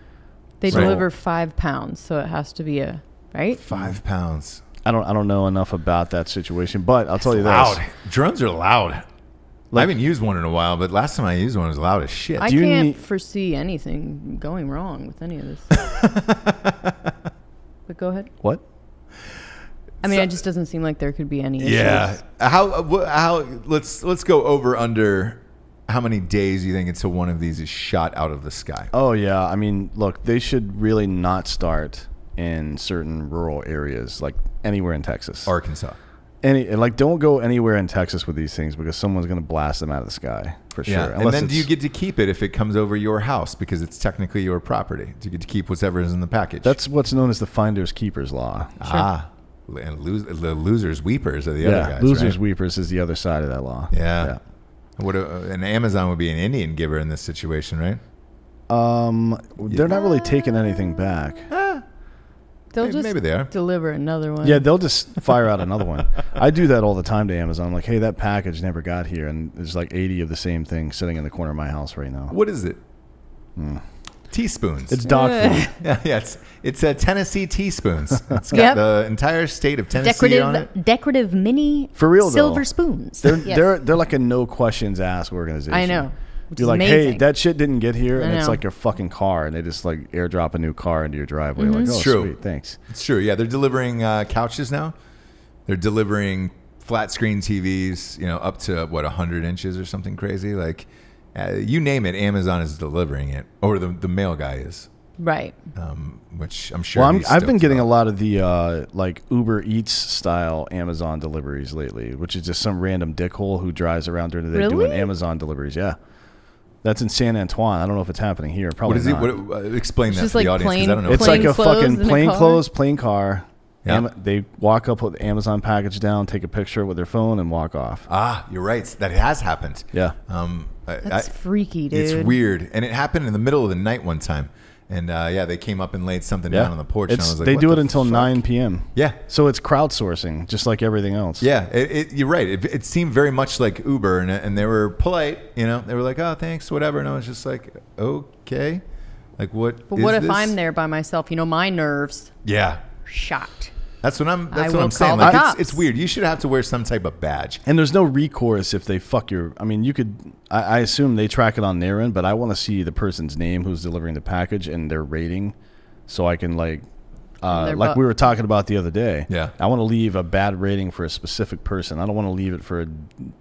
They Right. deliver five pounds, so it has to be a right. Five pounds. I don't I don't know enough about that situation, but I'll tell you this. Loud. Drones are loud. I haven't used one in a while, but last time I used one, it was loud as shit. I Do you can't need- foresee anything going wrong with any of this. but go ahead. What? I mean, it just doesn't seem like there could be any. yeah. issues. How? wh- How? Let's let's go over under. How many days you think until one of these is shot out of the sky? Oh yeah, I mean, look, they should really not start in certain rural areas, like anywhere in Texas. Arkansas. any like don't go anywhere in Texas with these things because someone's gonna blast them out of the sky for sure. And Unless then do you it's- get to keep it if it comes over your house because it's technically your property? Do you get to keep whatever is in the package? that's what's known as the finders keepers law. ah, and lose, the losers weepers are the other yeah, guys. losers right? weepers is the other side of that law. Yeah. What a, an Amazon would be an Indian giver in this situation, right? Um, they're not really taking anything back. They'll Maybe- just maybe they are. deliver another one. Yeah, they'll just fire out another one. I do that all the time to Amazon. I'm like, hey, that package never got here, and there's like 80 of the same thing sitting in the corner of my house right now. What is it? Hmm. Teaspoons. It's dog food. yeah, yeah, it's it's a Tennessee teaspoons. It's got Yep. the entire state of Tennessee on it. Decorative, decorative mini For real, though. silver spoons. They're Yes. they're they're like a no questions asked organization. I know, which You're is like, hey, amazing. that shit didn't get here, and I it's know. like your fucking car, and they just like airdrop a new car into your driveway. Mm-hmm. Like, oh, True. sweet, thanks. It's true. Yeah, they're delivering uh, couches now. They're delivering flat screen TVs, you know, up to what 100 inches or something crazy. Like, uh, you name it, Amazon is delivering it, or the the mail guy is, Right. um, which I'm sure. Well, I'm, he's I've been stoked getting a about. lot of the uh, like Uber Eats style Amazon deliveries lately, which is just some random dickhole who drives around during the day doing Really? Amazon deliveries. Yeah, that's in San Antoine. I don't know if it's happening here. Probably What is he? not. What, uh, explain It's that just to the like audience 'cause plain- I don't know. it's plain like a clothes fucking in a plain car? clothes, plain car. Yeah. Am- they walk up with the Amazon package down, take a picture with their phone, and walk off. ah, you're right. That has happened. Yeah. Um, I- That's I- freaky, dude. It's weird, and it happened in the middle of the night one time. And uh, yeah, they came up and laid something down on the porch, and It's- I was like, they "What do it the until fuck?" 9 p.m. Yeah, So it's crowdsourcing, just like everything else. Yeah, it, it, you're right. It, it seemed very much like Uber, and, and they were polite. You know, they were like, "Oh, thanks, whatever." And I was just like, "Okay, like what?" But what is if this?" I'm there by myself? You know, my nerves Yeah, shot. that's what I'm. That's will what I'm saying. call the Like, it's, cops. it's weird. You should have to wear some type of badge. And there's no recourse if they fuck your. I mean, you could. I, I assume they track it on their end, but I want to see the person's name who's delivering the package and their rating, so I can like, uh, Their like bu- we were talking about the other day. Yeah. I want to leave a bad rating for a specific person. I don't want to leave it for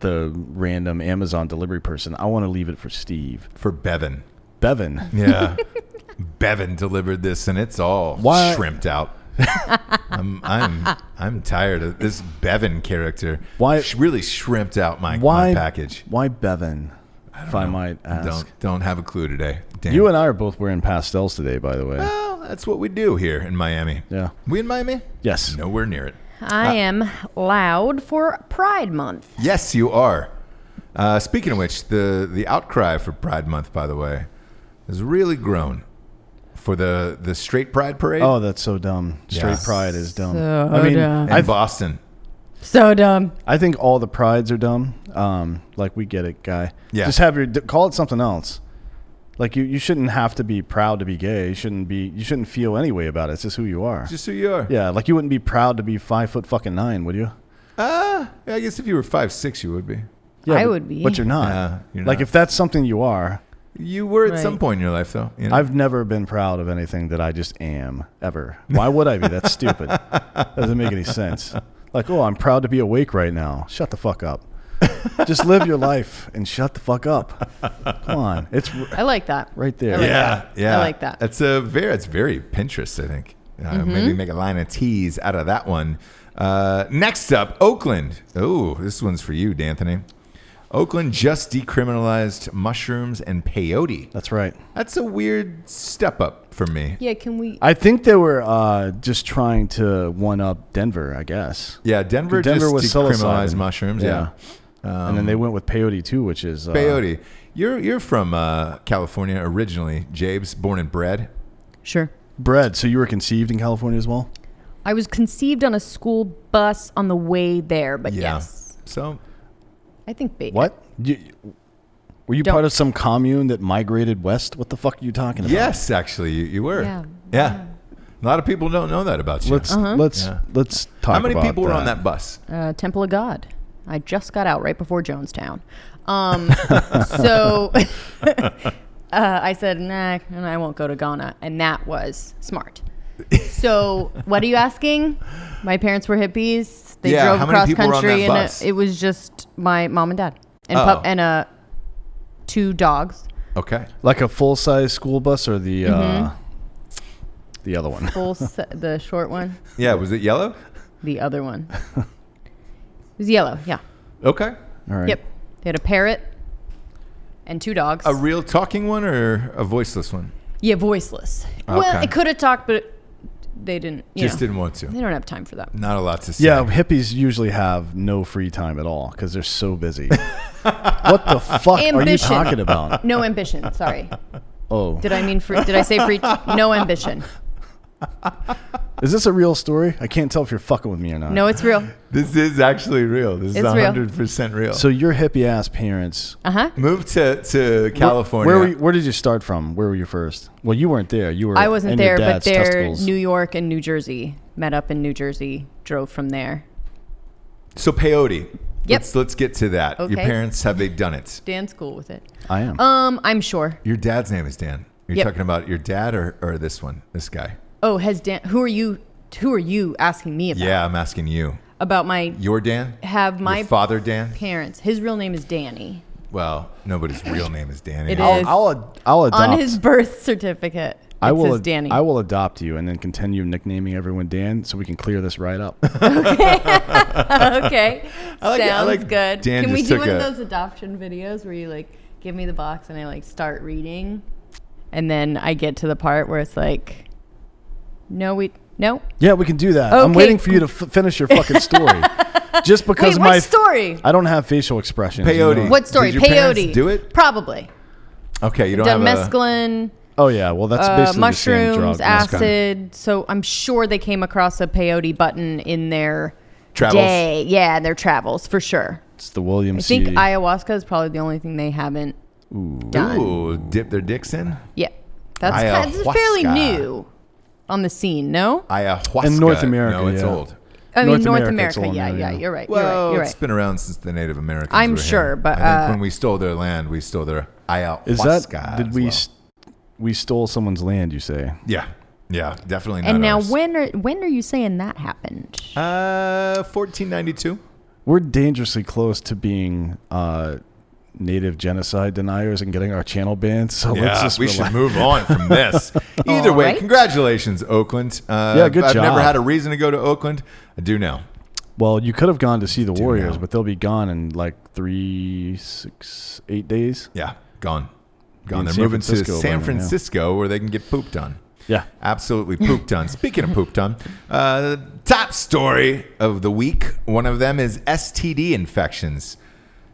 the random Amazon delivery person. I want to leave it for Steve For Bevan, Bevan. yeah, Bevan delivered this, and it's all Why- shrimped out. I'm, I'm I'm tired of this Bevan character. Why- Sh- really shrimped out my, Why my package? Why Bevan? if I might ask. Don't don't have a clue today. Damn. You and I are both wearing pastels today, by the way. Well, that's what we do here in Miami. Yeah. We in Miami? Yes. Nowhere near it. I am loud for Pride Month. Yes, you are. Uh, speaking of which, the, the outcry for Pride Month, by the way, has really grown for the, the straight pride parade Oh, that's so dumb. Straight Yeah. pride is dumb. So I mean, dumb. in I, Boston. So dumb. I think all the prides are dumb. Um, like we get it, guy. Yeah. Just have your d- call it something else. Like you, you shouldn't have to be proud to be gay. You shouldn't be. You shouldn't feel any way about it. It's just who you are. Just who you are. yeah. Like you wouldn't be proud to be five foot fucking nine, would you? I guess if you were five six, you would be. Yeah, I but- would be. But you're not. Yeah, you're like not. if that's something you are, You were at some Right. point in your life, though. You know? I've never been proud of anything that I just am ever. Why would I be? That's stupid. Doesn't make any sense. Like, oh, I'm proud to be awake right now. Shut the fuck up. Just live your life and shut the fuck up. Come on, it's r- I like that. right there. like yeah, yeah. I like that. Mm-hmm. That's a very, it's very Pinterest. I think uh, maybe make a line of tease out of that one. Uh, next up, Oakland. Oh, this one's for you, D'Anthony. Oakland just decriminalized mushrooms and peyote. That's right. That's a weird step up for me. Yeah, can we? I think they were uh, just trying to one up Denver, I guess. Yeah, Denver, Denver just was decriminalized psilocybin. mushrooms. Yeah, and then they went with peyote too, which is uh, Um, peyote. You're you're from uh, California originally, Jabes, born and bred. Sure. bread. So you were conceived in California as well. I was conceived on a school bus on the way there, but Yeah. yes, So I think bait. What? You, were you Don't- part of some commune that migrated west? What the fuck are you talking about? Yes, actually, you, you were. Yeah. Yeah. A lot of people don't know that about you. Let's uh-huh. let's Yeah. let's talk. How many about people were on that bus? Uh, Temple of God. I just got out right before Jonestown. Um, so uh, I said, nah, and I won't go to Ghana. And that was smart. So what are you asking? My parents were hippies. They Yeah, drove how many across people were on country, that and uh, bus? it, it was just my mom and dad and pup Oh. and uh, two dogs, Okay. Like a full size school bus or the uh, Mm-hmm. the other one? full se- the short one, Yeah, was it yellow? the other one. It was yellow. Yeah. Okay. All right. Yep. They had a parrot and two dogs. A real talking one or a voiceless one? Yeah, voiceless. Okay. Well, it could have talked, but they didn't. You Just know, didn't want to. They don't have time for that. Not a lot to say. Yeah, hippies usually have no free time at all because they're so busy. what the fuck are you Ambition. talking about? No ambition. Sorry. Oh, Did I mean free? Did I say free? T- no ambition. is this a real story? I can't tell if you're fucking with me or not. No, it's real. This is actually real. This is It's real. 100% real. So your hippie ass parents. Uh huh. Moved to, to California. Where, were you, where did you start from? Where were you first? Well, you weren't there. You were. I wasn't in there, your but dad's they're testicles. New York and New Jersey. Met up in New Jersey. Drove from there. so peyote. Yep. Let's, let's get to that. Your Okay. parents, have they done it? Dan's cool with it. I am. Um, I'm sure. Your dad's name is Dan. You're Yep. talking about your dad or, or this one, this guy? Oh, has Dan? Who are you? Who are you asking me about? Yeah, I'm asking you. About my Your Dan? have my Your father Dan? parents. His real name is Danny. Well, nobody's real name is Danny. It I'll- is. I'll ad- I'll adopt. On his birth certificate, it I will says ad- Danny. I will adopt you and then continue nicknaming everyone Dan so we can clear this right up. okay. like it. I Sounds like good. Dan Can we just do took one of a- those adoption videos where you like give me the box and I like start reading and then I get to the part where it's like no we no. yeah, we can do that. I'm Okay. waiting for you to f- finish your fucking story. Just because Wait, my what story? I don't have facial expressions. you Peyote. know. What story? Did your Peyote. parents do it? Probably. okay, you don't have a. Demescaline, Oh yeah, well that's uh, basically the same drug. mushrooms, That's kind of- acid. So I'm sure they came across a peyote button in their Travels? day. Yeah, their travels for sure. It's the William I think C. ayahuasca is probably the only thing they haven't done. Ooh, dip their dicks in? Yeah, that's kind this is fairly Ayahuasca. new on the scene. No, Ayahuasca. In North America, No, it's yeah. old. I mean North North America, it's America. all yeah, new, yeah, yeah. you're right. Well, you're right. You're it's right. been around since the Native Americans. I'm were here. sure, but, I think uh, when we stole their land, we stole their ayahuasca. Is that as did we well. s we stole someone's land? You say? yeah, yeah, definitely. Not And now ours. when are when are you saying that happened? Uh, 1492. We're dangerously close to being uh, native genocide deniers and getting our channel banned. So let's Yeah, just we relax. should move on from this. Either way, Alright. congratulations, Oakland. Uh, Yeah, good I've never job. had a reason to go to Oakland. I do now. Well, you could have gone to see the Warriors, now. but they'll be gone in like three, six, eight days. Yeah, gone, gone. in They're San moving Francisco to San by now, yeah. Francisco where they can get pooped on. Yeah. Absolutely pooped on. Speaking of pooped on, uh, top story of the week. One of them is STD infections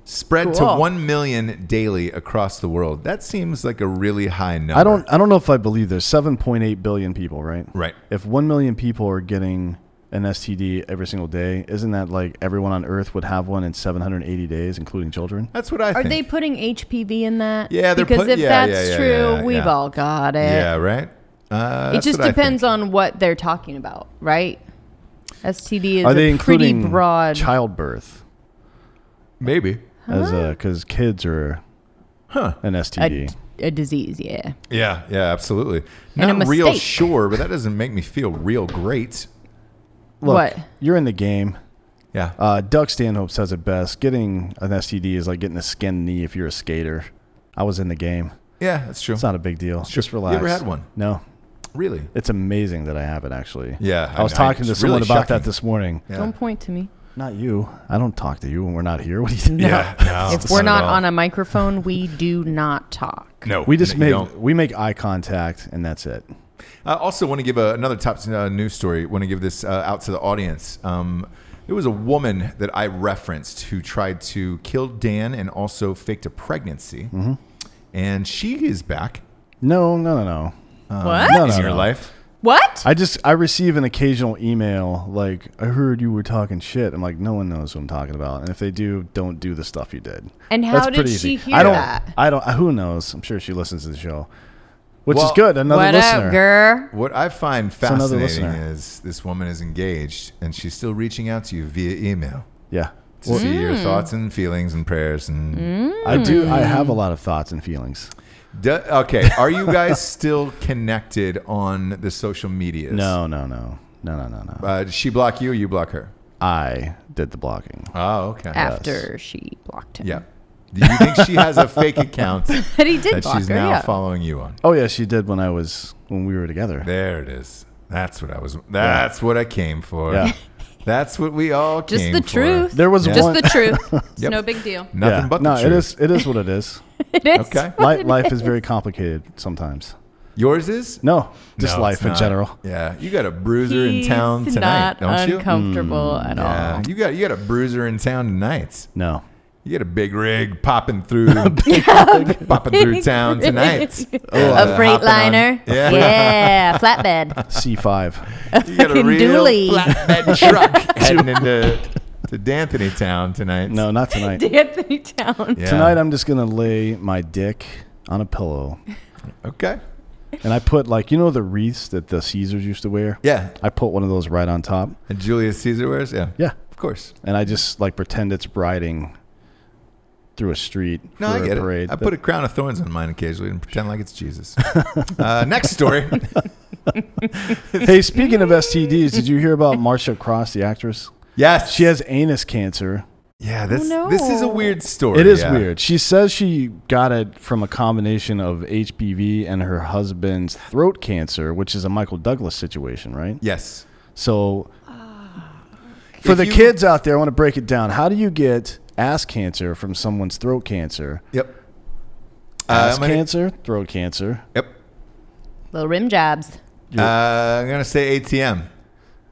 spread to Cool. 1 million daily across the world. That seems like a really high number. I don't. I don't know if I believe there's 7.8 billion people, right? Right. If one million people are getting an STD every single day, isn't that like everyone on Earth would have one in 780 days, including children? That's what I Are think. they putting HPV in that? Yeah, they're because put- if yeah, that's yeah, yeah, true, yeah, we've yeah. all got it. yeah, right? Uh, it that's just what I depends think. on what they're talking about, right? STD is are a they pretty including broad. childbirth Maybe. as a because kids are an a, STD? a disease, yeah. Yeah, yeah, absolutely. And a Not real mistake. sure, but that doesn't make me feel real great. Look, what? you're in the game. Yeah. Uh, Doug Stanhope says it best: getting an STD is like getting a skinned knee if you're a skater. I was in the game. yeah, that's true. It's not a big deal. Just You relax. ever had one? No. really? It's amazing that I have it actually. Yeah, I, I was know. talking to It's someone really about that shocking. this morning. Yeah. Don't point to me. Not you. I don't talk to you when we're not here. What do you think? Yeah. no, if we're Oh, at not all. on a microphone, we do not talk. No, We just no, you make don't. we make eye contact and that's it. I also want to give a, another top uh, news story. Want to give this uh, out to the audience. Um, there was a woman that I referenced who tried to kill Dan and also faked a pregnancy, Mm-hmm. and she is back No, no, no, no. what? No, no, in your no. life. What? I just I receive an occasional email like I heard you were talking shit. I'm like no one knows what I'm talking about, and if they do, don't do the stuff you did. And how did pretty she easy. hear I don't, that? I don't. Who knows? I'm sure she listens to the show, which Well- is good. Another what listener. up, girl? What I find another fascinating listener. is this woman is engaged and she's still reaching out to you via email Yeah. to see your thoughts and feelings and prayers and. I do. Hmm. I have a lot of thoughts and feelings. Do- okay, are you guys still connected on the social medias? No, no, no, no, no, no, no. Uh, did she block you or you block her? I did the blocking. Oh, okay. After she blocked him. Yeah. Do you think she has a fake account But he did that block she's her. now yeah. following you on? Oh yeah, she did when I was when we were together. There it is. That's what I was. That's what I came for. Yeah. That's what we all Just came the for. truth. There was Just one- the truth. It's Yep. no big deal. Nothing yeah. but no. the truth. It is. It is what it is. It is. Okay. Life, life is very complicated sometimes. Yours is? No, just No, life it's in not. general. Yeah, you got a bruiser in town He's tonight, not don't you? Mm, uncomfortable at Yeah, all. you got you got a bruiser in town tonight. No. You got a big rig popping through, popping through town tonight. Oh, Oh, a hopping on- Freightliner. Yeah. yeah, flatbed. C5. You got a Fucking real dually. flatbed truck heading into to D'Anthony Town tonight. No, not tonight. Anthony Town. Yeah. Tonight I'm just gonna lay my dick on a pillow, uh, okay. and I put like you know the wreaths that the Caesars used to wear. Yeah, I put one of those right on top. and Julius Caesar wears. Yeah, Yeah, of course. and I just like pretend it's riding through a street No, for I get a parade. it. I put a crown of thorns on mine occasionally and pretend like it's Jesus. uh, next story. hey, speaking of STDs, did you hear about Marsha Cross, the actress? Yes, She has anus cancer. Yeah, this this is a no. weird story. It is yeah. weird. She says she got it from a combination of HPV and her husband's throat cancer, which is a Michael Douglas situation, right? Yes. So, for If the you- kids out there, I want to break it down. How do you get ass cancer from someone's throat cancer? Yep. Uh, Ass I'm gonna- cancer, throat cancer. Yep. Little rim jobs. Uh, I'm gonna say ATM,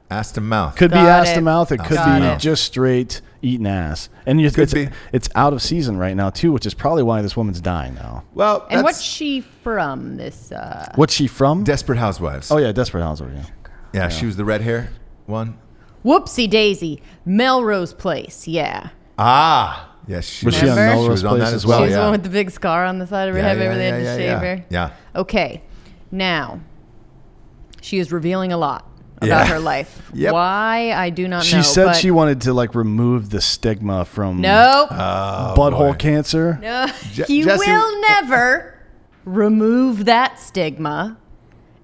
ass to mouth. Could be Got ass to it. mouth. It could Got be it. just straight eating ass. And you, Could it's, be. it's out of season right now, too, which is probably why this woman's dying now. well, And that's what's she from? This uh, What's she from? Desperate Housewives. oh, yeah, Desperate Housewives. Yeah. yeah, she was the red hair one. Whoopsie Daisy, Melrose Place. Yeah, Ah, yes, she Was she on Remember? She Melrose was on Place that as as well? well. she's yeah. the one with the big scar on the side of her yeah, head. yeah, Remember they had yeah, to yeah, shave yeah. her. Yeah. Okay, now she is revealing a lot about Yeah. her life. Yep. Why I do not She know. said but she wanted to like remove the stigma from Nope. Oh, butthole cancer. No, Uh, Je- you Jesse- will never remove that stigma.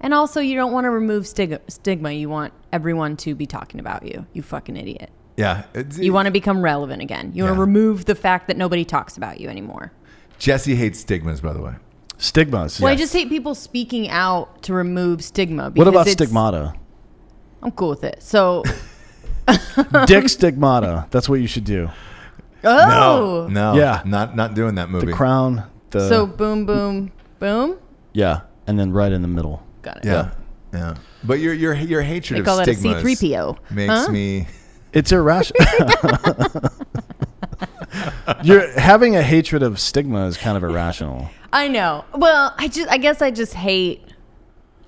And also, you don't want to remove stig- stigma. You want everyone to be talking about you. You fucking idiot. Yeah. It's- You want to become relevant again. You want Yeah. to remove the fact that nobody talks about you anymore. Jesse hates stigmas, by the way. Stigmas. Well, I yeah. just hate people speaking out to remove stigma. What Because about it's- stigmata? I'm cool with it. So, Dick stigmata. That's what you should do. oh, No. Yeah. Not not doing that movie. The crown. The Uh, so boom, boom, boom. yeah, and then right in the middle. Got it. Yeah. Yeah. But your your your hatred They of call that a stigmas C3PO. makes Huh? me. It's irrational. You're having a hatred of stigma is kind of irrational. I know. Well, I just I guess I just hate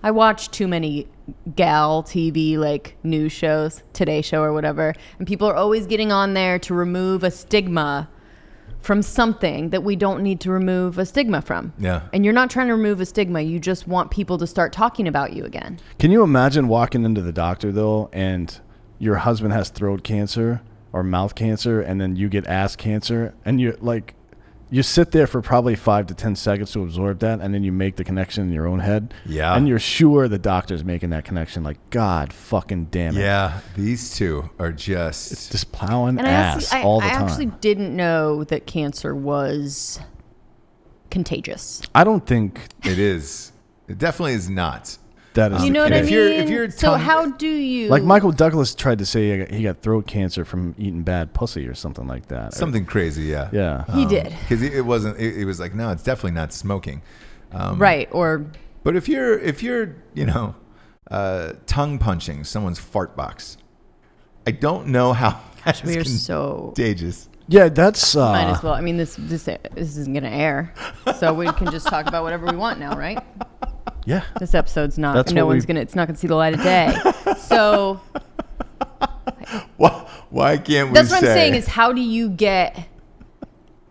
I watch too many gal TV like news shows, Today Show or whatever, and people are always getting on there to remove a stigma from something that we don't need to remove a stigma from. Yeah. And you're not trying to remove a stigma, you just want people to start talking about you again. Can you imagine walking into the doctor though, and your husband has throat cancer or mouth cancer, and then you get ass cancer, and you like, you sit there for probably five to ten seconds to absorb that, and then you make the connection in your own head. Yeah. And you're sure the doctor's making that connection. Like, God, fucking damn it. Yeah. These two are just. Just plowing And I, ass actually, I, all the I time. actually didn't know that cancer was contagious. I don't think It is. It definitely is not. that is. You the know what I case. if mean? you're- if you're so tongue- how do you Like Michael Douglas tried to say he got- he got throat cancer from eating bad pussy or something like that. Something crazy, yeah. Yeah. he did. Because it it wasn't. It, it was like, no, it's definitely not smoking. Right, or But if you're if you're you know uh, tongue punching someone's fart box, I don't know how that's we are so contagious. Yeah, that's. Uh, might as well. I mean, this this this isn't gonna air, so we can just talk about whatever we want now, right? Yeah. This episode's not. That's no what we- one's gonna. It's not gonna see the light of day. So Why, why can't we? that's what say, I'm saying is, how do you get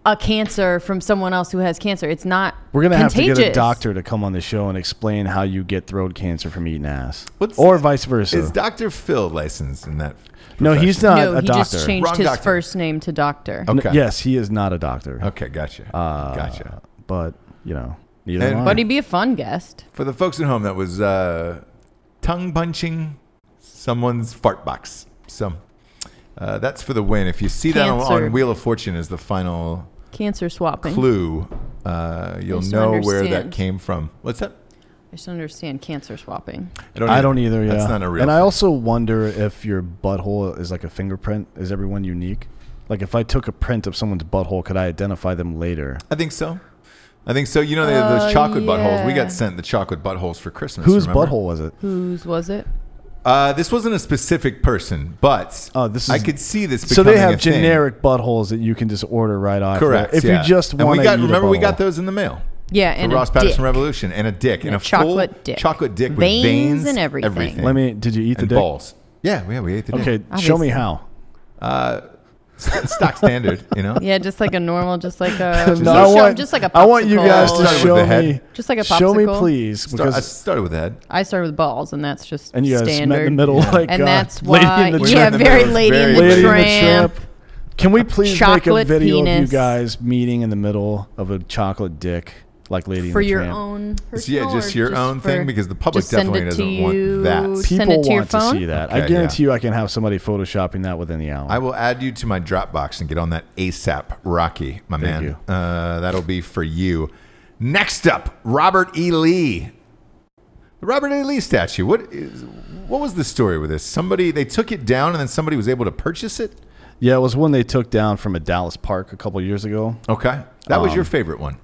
a cancer from someone else who has cancer? It's not. We're gonna have contagious. to get a doctor to come on the show and explain how you get throat cancer from eating ass, What's- or vice versa. is Doctor Phil licensed in that? no, he's profession? not No, a he doctor. just changed Wrong his doctor. first name to doctor. N- Okay. Yes, he is not a doctor. Okay, gotcha. Uh, gotcha. But you know, neither And- am I. But he'd be a fun guest. For the folks at home, that was uh, tongue punching someone's fart box. So uh, that's for the win. If you see that on, Cancer. on Wheel of Fortune as the final Cancer swapping. clue, uh, you'll just know don't where that understand. came from. What's that? I just don't understand cancer swapping. I don't either. Yeah, That's not a real. And I thing. also wonder if your butthole is like a fingerprint. Is everyone unique? Like, if I took a print of someone's butthole, could I identify them later? I think so. I think so. You know, they have Oh, those chocolate buttholes. We yeah. got sent the chocolate buttholes for Christmas. Whose remember? butthole was it? Whose was it? Uh, this wasn't a specific person, but Oh, this I is- could see this. So they becoming a have thing. generic buttholes that you can just order right off. correct. If yeah. you just And want we to got remember we got those in the mail. Yeah, for and a Ross Patterson dick. Revolution and a dick and, a a full chocolate dick. chocolate dick with Veins veins and everything. Let me. Did you eat and the dick? balls. Yeah, yeah, we ate the dick. Okay, show me Obviously. how. stock standard, you know. Yeah, just like a normal, just like a No, I show- want- just like a popsicle. I want you guys to Started with show the head. me. Just like a Show me, popsicle. please, Start- I because started with that. I started with balls, and that's just and you guys standard. met in the middle like and uh, that's why, lady in the We're yeah, in the very middle. lady in the Very Lady and the tramp. Tramp. Can we please make a Chocolate video of penis. you guys meeting in the middle of a chocolate dick like Lady for and the your Tramp? own It's- personal yeah, just or your own for- thing because the public just send definitely it to doesn't want you, that. Send People it to your want to phone. see that. I Okay, yeah. guarantee you, I can have somebody photoshopping that within the hour. I will add you to my Dropbox and get on that ASAP, Rocky, my man. you. Uh, that'll be for you. Next up, Robert E. Lee. The Robert E. Lee statue. What is? What was the story with this? Somebody they took it down and then somebody was able to purchase it. yeah, it was one they took down from a Dallas park a couple years ago. Okay, that was your Um, favorite one.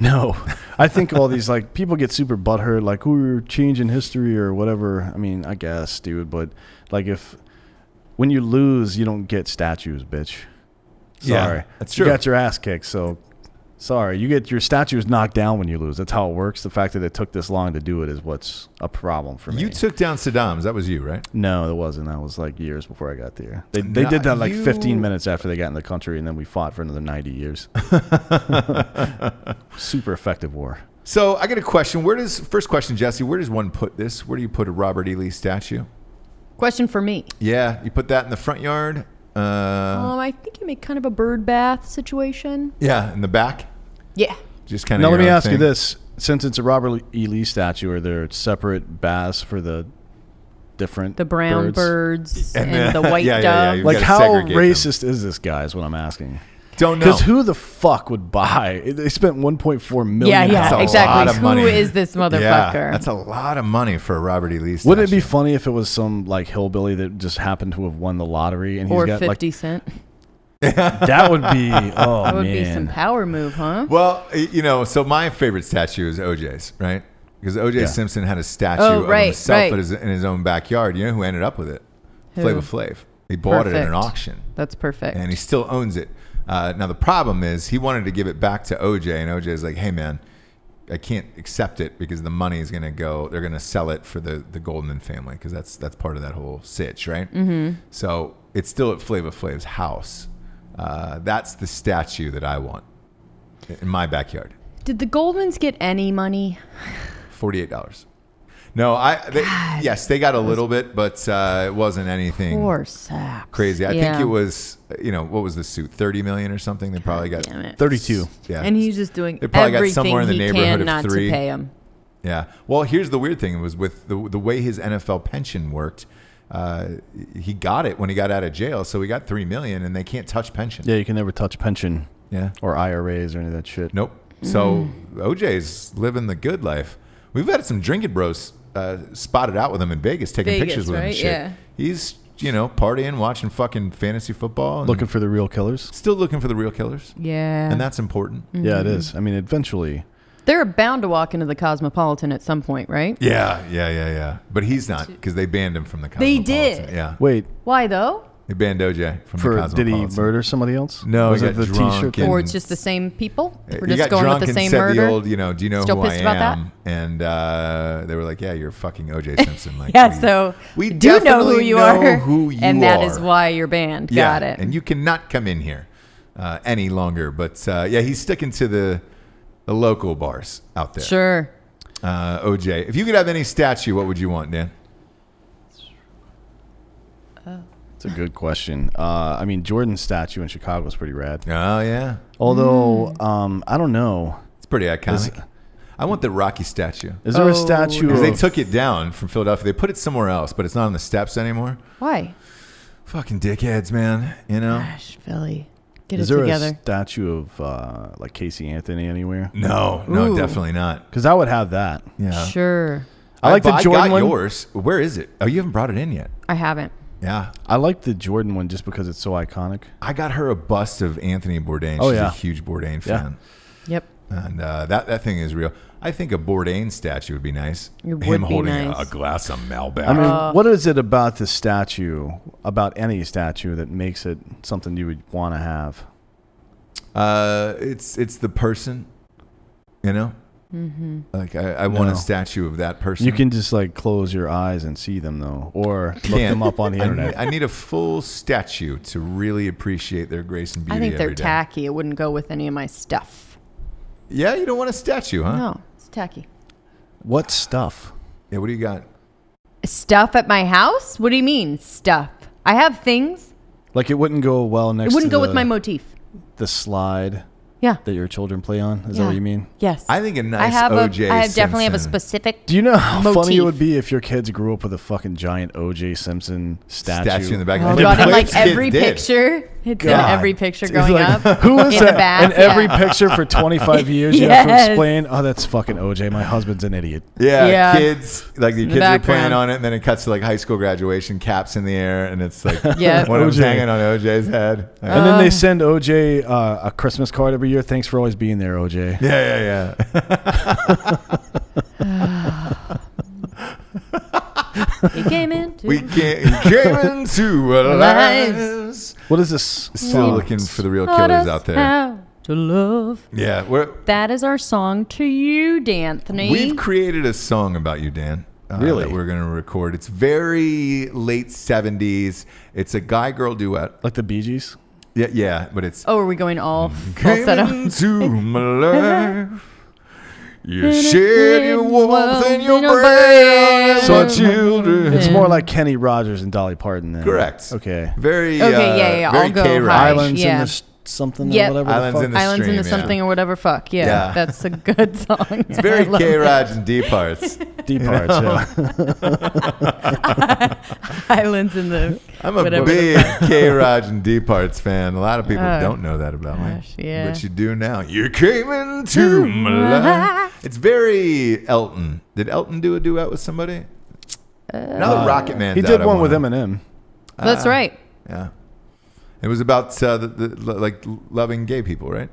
No, I think all these like people get super butthurt, like "Ooh, you're changing history or whatever. I mean, I guess, dude, but like if when you lose, you don't get statues, bitch. Yeah, Sorry, that's You true. got your ass kicked, so sorry. You get your statues knocked down when you lose. That's how it works. The fact that it took this long to do it is what's a problem for me. You took down Saddam's. That was you, right? no, that wasn't. That was like years before I got there. They they Nah, did that like you- 15 minutes after they got in the country, and then we fought for another 90 years. super effective war. So I got a question. Where does first question, Jesse? Where does one put this? Where do you put a Robert E. Lee statue? Question for me. Yeah, you put that in the front yard. Uh, Um, I think you make kind of a bird bath situation. yeah, in the back. Yeah. Just kind of. Now let me ask you this: since it's a Robert E. Lee statue, are there separate baths for the different The brown birds? birds, and, the yeah, white yeah, dove. yeah, you- Like gotta how segregate them. racist is this guy? Is what I'm asking. Don't know. Because who the fuck would buy? They spent 1.4 Yeah, That's million. a yeah, lot of exactly. Who is money. this Yeah, motherfucker? that's a lot of money for a Robert E. Lee. Statue. Wouldn't it be funny if it was some like hillbilly that just happened to have won the lottery and he's or got fifty cent. like that would be oh That would man be some power move, huh? Well, y- you know, so my favorite statue is OJ's, right? Because OJ Simpson had a statue Oh, of right, himself right. at his, in his own backyard. You know who ended up with it? Who? Flava Flav. He bought it at an Perfect. auction. That's perfect. and he still owns it. Uh, now the problem is he wanted to give it back to OJ, and OJ is like, "Hey man, I can't accept it because the money is going to go. They're going to sell it for the the Goldman family because that's that's part of that whole sitch, right? Mm-hmm. So it's still at Flava Flav's house. Uh, that's the statue that I want in my backyard. Did the Goldmans get any money? Forty eight dollars. No, I they, yes, they got a little bit, but uh, it wasn't anything Poor saps. crazy. I Yeah. think it was you know what was the suit thirty million or something. They probably got Damn it. 32. Yeah. And he's just doing They probably got everything somewhere in the he neighborhood can of not three. to pay him. Yeah. Well, here's the weird thing: it was with the the way his NFL pension worked. Uh, he got it when he got out of jail, so he got three million, and they can't touch pension. Yeah, you can never touch pension Yeah. or IRAs or any of that shit. Nope. So OJ's living the good life. We've had some drinking bros uh, spotted out with him in Vegas, taking Vegas, pictures with him. And right? shit. Yeah. He's you know partying, watching fucking fantasy football, and Looking for the real killers. still looking for the real killers, Yeah. and that's important. Mm-hmm. Yeah, it is. I mean, eventually. They're bound to walk into the Cosmopolitan at some point, right? Yeah, yeah, yeah, yeah. But he's not because they banned him from the. They Cosmopolitan. did. Yeah. Wait, Why though? They banned OJ from the for did he Cosmopolitan. murder somebody else? No, was he it got the drunk T-shirt and- thing? Or it's just the same people? Uh, We're he got just going drunk with and the same said murder. the old, you know, do you know Still who I pissed about that? am? And uh, they were like, yeah, you're fucking O.J. Simpson. Like, yeah, we, so we do know who definitely you know are, who you and that are. is why you're banned. Yeah, Got it. And you cannot come in here uh, any longer. But uh, yeah, he's sticking to the the local bars out there. sure. Uh, O.J. If you could have any statue, what would you want, Dan? It's a good question. Uh, I mean, Jordan's statue in Chicago is pretty rad. Oh yeah, Although, um, I don't know. it's pretty iconic. I want the Rocky statue. Is there Oh, a statue? Because they of- took it down from Philadelphia. They put it somewhere else, but it's not on the steps anymore. Why? Fucking dickheads, man. You know? Gosh, Philly, get is it there a together. statue of uh, like Casey Anthony anywhere? No, no, Ooh. definitely not. Because I would have that. Yeah. Sure. I like the but I Jordan got one. yours. Where is it? Oh, you haven't brought it in yet. I haven't. Yeah. I like the Jordan one just because it's so iconic. I got her a bust of Anthony Bourdain. She's Oh, a yeah. huge Bourdain Yeah. fan. Yep. And uh, that that thing is real. I think a Bourdain statue would be nice. It would Him be holding a- nice. a, glass of Malbec. I mean, what is it about the statue, about any statue, that makes it something you would want to have? Uh, it's it's the person, you know. Mm-hmm. Like I, I want No. a statue of that person. You can just like close your eyes and see them though, or look Can't. them up on the I need- internet. I, need a full statue to really appreciate their grace and beauty. I think they're every day. tacky. It wouldn't go with any of my stuff. Yeah, you don't want a statue, huh? No, it's tacky. what stuff? Yeah. What do you got? Stuff at my house? What do you mean stuff? I have things. Like it wouldn't go well next. It wouldn't to go the, with my motif. the slide Yeah. that your children play on. Is that Yeah. what you mean? Yes. I think a nice I have OJ a. I have definitely have a Simpson. specific. Do you know how funny it Motif. would be if your kids grew up with a fucking giant O.J. Simpson statue, Statue in the back. Oh They god! In played like kids every did. picture, it's in God. every picture It's growing like, up. Who is in that? The bath, in every yeah. picture for 25 years, you have to Yes. explain. Oh, that's fucking OJ. My husband's an idiot. Yeah, Yeah. kids like the in the kids are playing background. on it, and then it cuts to like high school graduation, caps in the air, and it's like Yeah. one of them's OJ. hanging on OJ's head. And then they send OJ uh, a Christmas card every year. Thanks for always being there, OJ. yeah, yeah, yeah. He came in. too. We came, came into our lives. Lives. What is this? Still song? looking for the real Taught killers us out there. how to love. Yeah, we're, That is our song to you, D'Anthony. we've created a song about you, Dan. uh, Really? That we're going to record. It's very late 70s. It's a guy girl duet. like the Bee Gees. Yeah, yeah, but it's. oh, are we going all Came falsetto? into my life. You shed your warmth and your In your breath. So So it's- children. It's more like Kenny Rogers and Dolly Parton. Then. Correct. Okay. Very. Okay, uh, yeah, yeah, yeah, Very I'll go K-Rock. high. Islands in yeah. the s- something Yep. or whatever. Islands the fuck. in the- Islands in the stream, yeah. something or whatever. Fuck yeah, Yeah. that's a good song. It's very I love K. that. Raj and D parts. deep parts. Yeah. Islands in the. I'm a Whatever the big K. Raj and D parts fan. A lot of people Oh, don't know that about gosh, me, yeah. but you do now. You came into my life. It's very Elton. Did Elton do a duet with somebody? Uh, now the Rocket Man. he did one with Eminem. That's right. Yeah, it was about uh, the, the like loving gay people, right?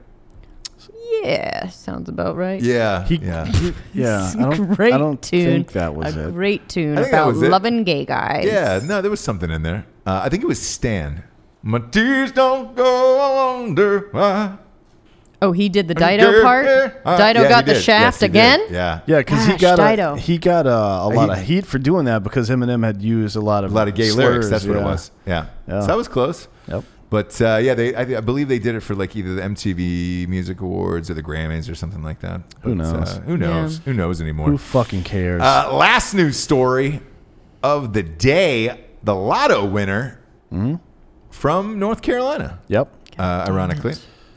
Yeah, sounds about right. Yeah, He- yeah. Yeah. It's I don't, a great I don't tune. think that was a it. great tune I think that about was it. loving gay guys. Yeah, no, there was something in there. Uh, I think it was Stan. My tears don't go under. my Oh, he did the Dido part. Uh, Dido yeah, got he the did. Yes, shaft he did. again. Yeah. Yeah, because he Gosh, got Dido. a, he got a, a lot he- of heat for doing that because Eminem had used a lot of A lot of gay lyrics. slurs, That's what it yeah. was. Yeah. Yeah. So that was close. Yep. But uh, yeah, they I, I believe they did it for like either the MTV Music Awards or the Grammys or something like that. Who But, uh, knows? who knows? Yeah. Who knows anymore? Who fucking cares? Uh, last news story of the day: the Lotto winner Hmm? from North Carolina. yep. uh, ironically,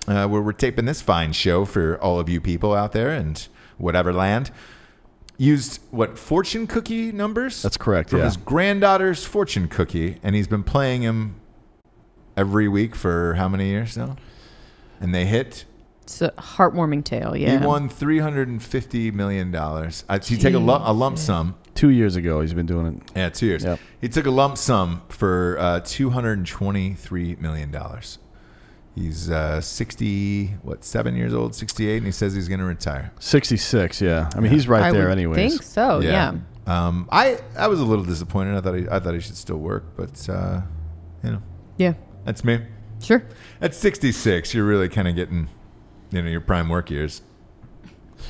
uh, where we're taping this fine show for all of you people out there and whatever land. Used what fortune cookie numbers? That's correct, From yeah. his granddaughter's fortune cookie, and he's been playing him every week for how many years now? And they hit. It's a heartwarming tale. Yeah. He won three hundred and fifty million dollars. He take a, lu- a lump sum. Two years ago, he's been doing it. Yeah, two years. Yep. He took a lump sum for uh, two hundred and twenty-three million dollars. He's uh, sixty, what, seven years old, sixty-eight, and he says he's going to retire. 66, yeah. I mean, he's right I there would anyways. Think so. Oh, Yeah. Um, I I was a little disappointed. I thought he, I thought he should still work, but uh, you know, Yeah. that's me. Sure. At sixty-six, you're really kind of getting, you know, your prime work years.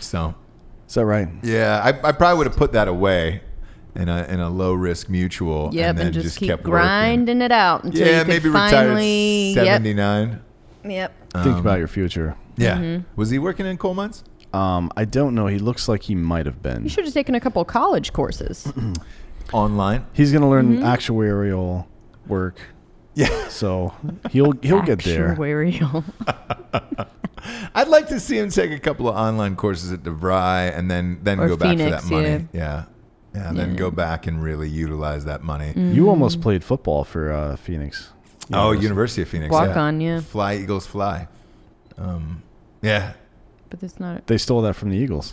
So Is that right? yeah, I, I probably would have put that away. In a, in a low risk mutual, Yep. And, and then just, keep kept grinding it out until Working. Yeah, you could maybe retired finally. at seventy nine. Yep. Yep. Think about your future. Yeah. Mm-hmm. Was he working in coal mines? Um, I don't know. He looks like he might have been. You should have taken a couple of college courses. Online. He's going to learn actuarial work. Yeah. So he'll he'll get there. Actuarial. I'd like to see him take a couple of online courses at DeVry and then then Or go back Phoenix, for that money. Yeah. Yeah, and then go back and really utilize that money. Mm. You almost played football for uh, Phoenix. Oh, University of Phoenix. Walk on, yeah. Fly Eagles fly. Um, yeah. but it's not. They stole that from the Eagles.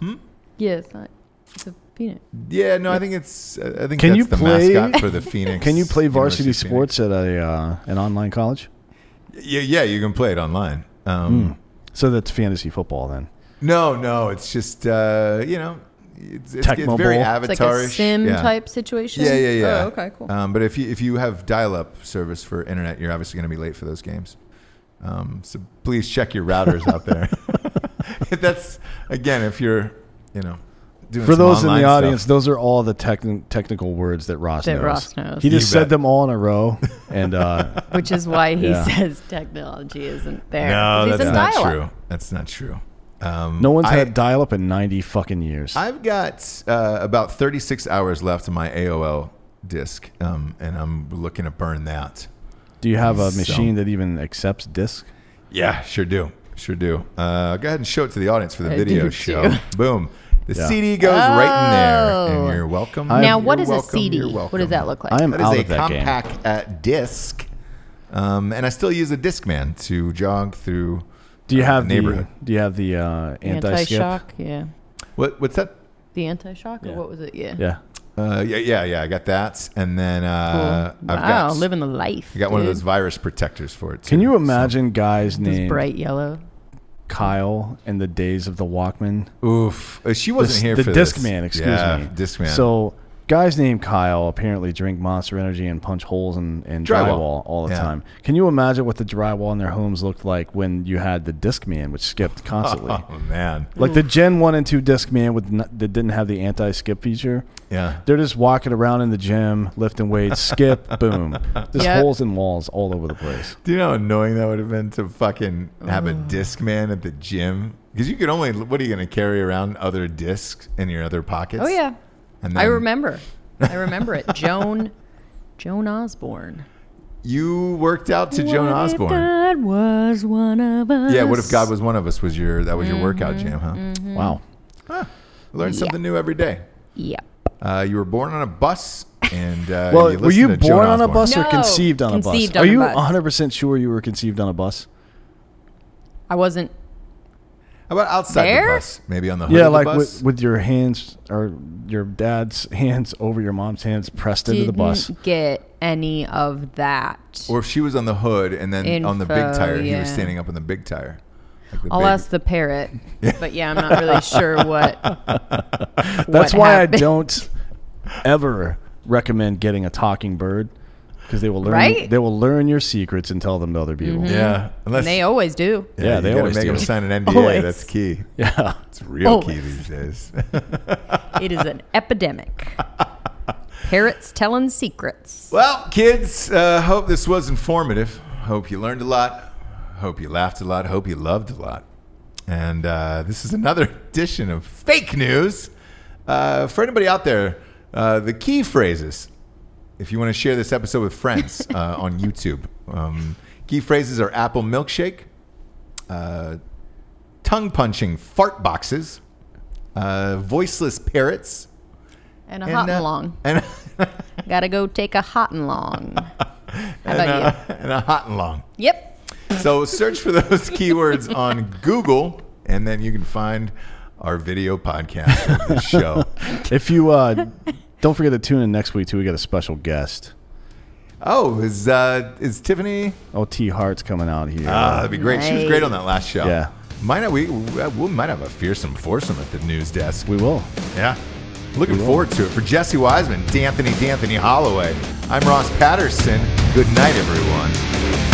Yeah, it's not. It's a peanut. Yeah, no, I think it's uh, I think Can that's you the play- mascot for the Phoenix. Can you play University varsity of Phoenix. sports at a uh, an online college? Yeah, yeah, you can play it online. Um, So that's fantasy football then. No, no, it's just uh, you know, it's, it's, it's Tecmo very Bowl. avatarish. It's like a sim yeah. type situation. Yeah, yeah, yeah. Oh, okay, cool. Um, but if you if you have dial-up service for internet, you're obviously going to be late for those games. Um, so please check your routers out there. That's again, if you're, you know, doing For some those in online the stuff. audience, those are all the techn- technical words that Ross That knows. Ross knows. He just You said bet. them all in a row, and uh, Which is why he Yeah. says technology isn't there. no, 'cause he's that's in not dial-up. true. That's not true. Um, no one's I- had dial-up in ninety fucking years. I've got uh, about 36 hours left of my AOL disc, um, and I'm looking to burn that. Do you have a So- machine that even accepts disc? Yeah, sure do. Sure do. Uh, go ahead and show it to the audience for the I video do show. too. Boom. The Yeah. CD goes right in there, Oh. and you're welcome. Now, You're what is welcome. a CD? You're What welcome. does that look like? I am That out is a of that game. compact uh, disc, um, and I still use a Discman to jog through. Do you uh, have the neighborhood? the Do you have the uh, anti-skip? Anti-shock, yeah. What, what's that? The anti-shock, Yeah. or what was it? Yeah. Yeah. Uh, yeah, yeah, yeah. I got that, and then Cool. uh, I've wow, got living the life. I got one of dude. those virus protectors for it. Too, Can you so- imagine guys Those named bright yellow. Kyle in the days of the Walkman? Oof, Uh, she wasn't the, here the for disc this. man excuse yeah, me Disc man. so guys named kyle apparently drink monster energy and punch holes in, in Drywall. drywall. all the Yeah. time can you imagine what the drywall in their homes looked like when you had the disc man which skipped constantly oh man, like the gen 1 and 2 disc man with n that didn't have the anti-skip feature yeah. they're just walking around in the gym lifting weights skip boom just Yep. holes in walls all over the place Do you know how annoying that would have been to fucking have a disc man at the gym? Because you could only, what are you going to carry around other discs in your other pockets? Oh yeah, And I remember. I remember it. Joan, Joan Osborne. You worked out to Joan Osborne. God was one of us. Yeah, what if God was one of us? Was your that was your workout Mm-hmm. jam, huh? wow Learn something new every day. Yep. Uh, you were born on a bus, and uh, well you were you listened to Joan born on a Osborne. bus or No, conceived on a conceived bus on are a you bus. 100% sure you were conceived on a bus I wasn't. How about outside the There? bus? Maybe on the hood of Yeah, the like bus. with, with your hands or your dad's hands over your mom's hands pressed into the didn't bus. get any of that. Or if she was on the hood and then on the big Info, tire, he yeah. was standing up on the big tire. Like the I'll big- ask the parrot. But yeah, I'm not really sure what. what That's why I happened. don't ever recommend getting a talking bird because they will learn Right? Mm-hmm. they will learn your secrets and tell them to other people. yeah, unless And they always do. Yeah, they you gotta always make do. him sign an NDA. Always. That's key. Yeah. It's real key Always. these days. It is an epidemic. Parrots telling secrets. well, kids, uh, hope this was informative. Hope you learned a lot. Hope you laughed a lot. Hope you loved a lot. And uh, this is another edition of fake news. Uh, for anybody out there, uh, the key phrases if you want to share this episode with friends uh, on YouTube. Um, key phrases are apple milkshake, uh, tongue punching fart boxes, uh, voiceless parrots, And a hot uh, and long. and, Gotta go take a hot and long. How and, about uh, and a hot and long. you? Yep. So search for those keywords on Google, and then you can find our video podcast of the show. If you uh, don't forget to tune in next week too, we got a special guest. Oh, is uh, is Tiffany? Oh, T Hart's coming out here. Ah, that'd be great. She was great on that last show. Yeah. Might not, we, uh, we might have a fearsome foursome at the news desk. we will. Yeah. Looking forward to it. For Jesse Wiseman, D'Anthony D'Anthony Holloway, I'm Ross Patterson. Good night, everyone.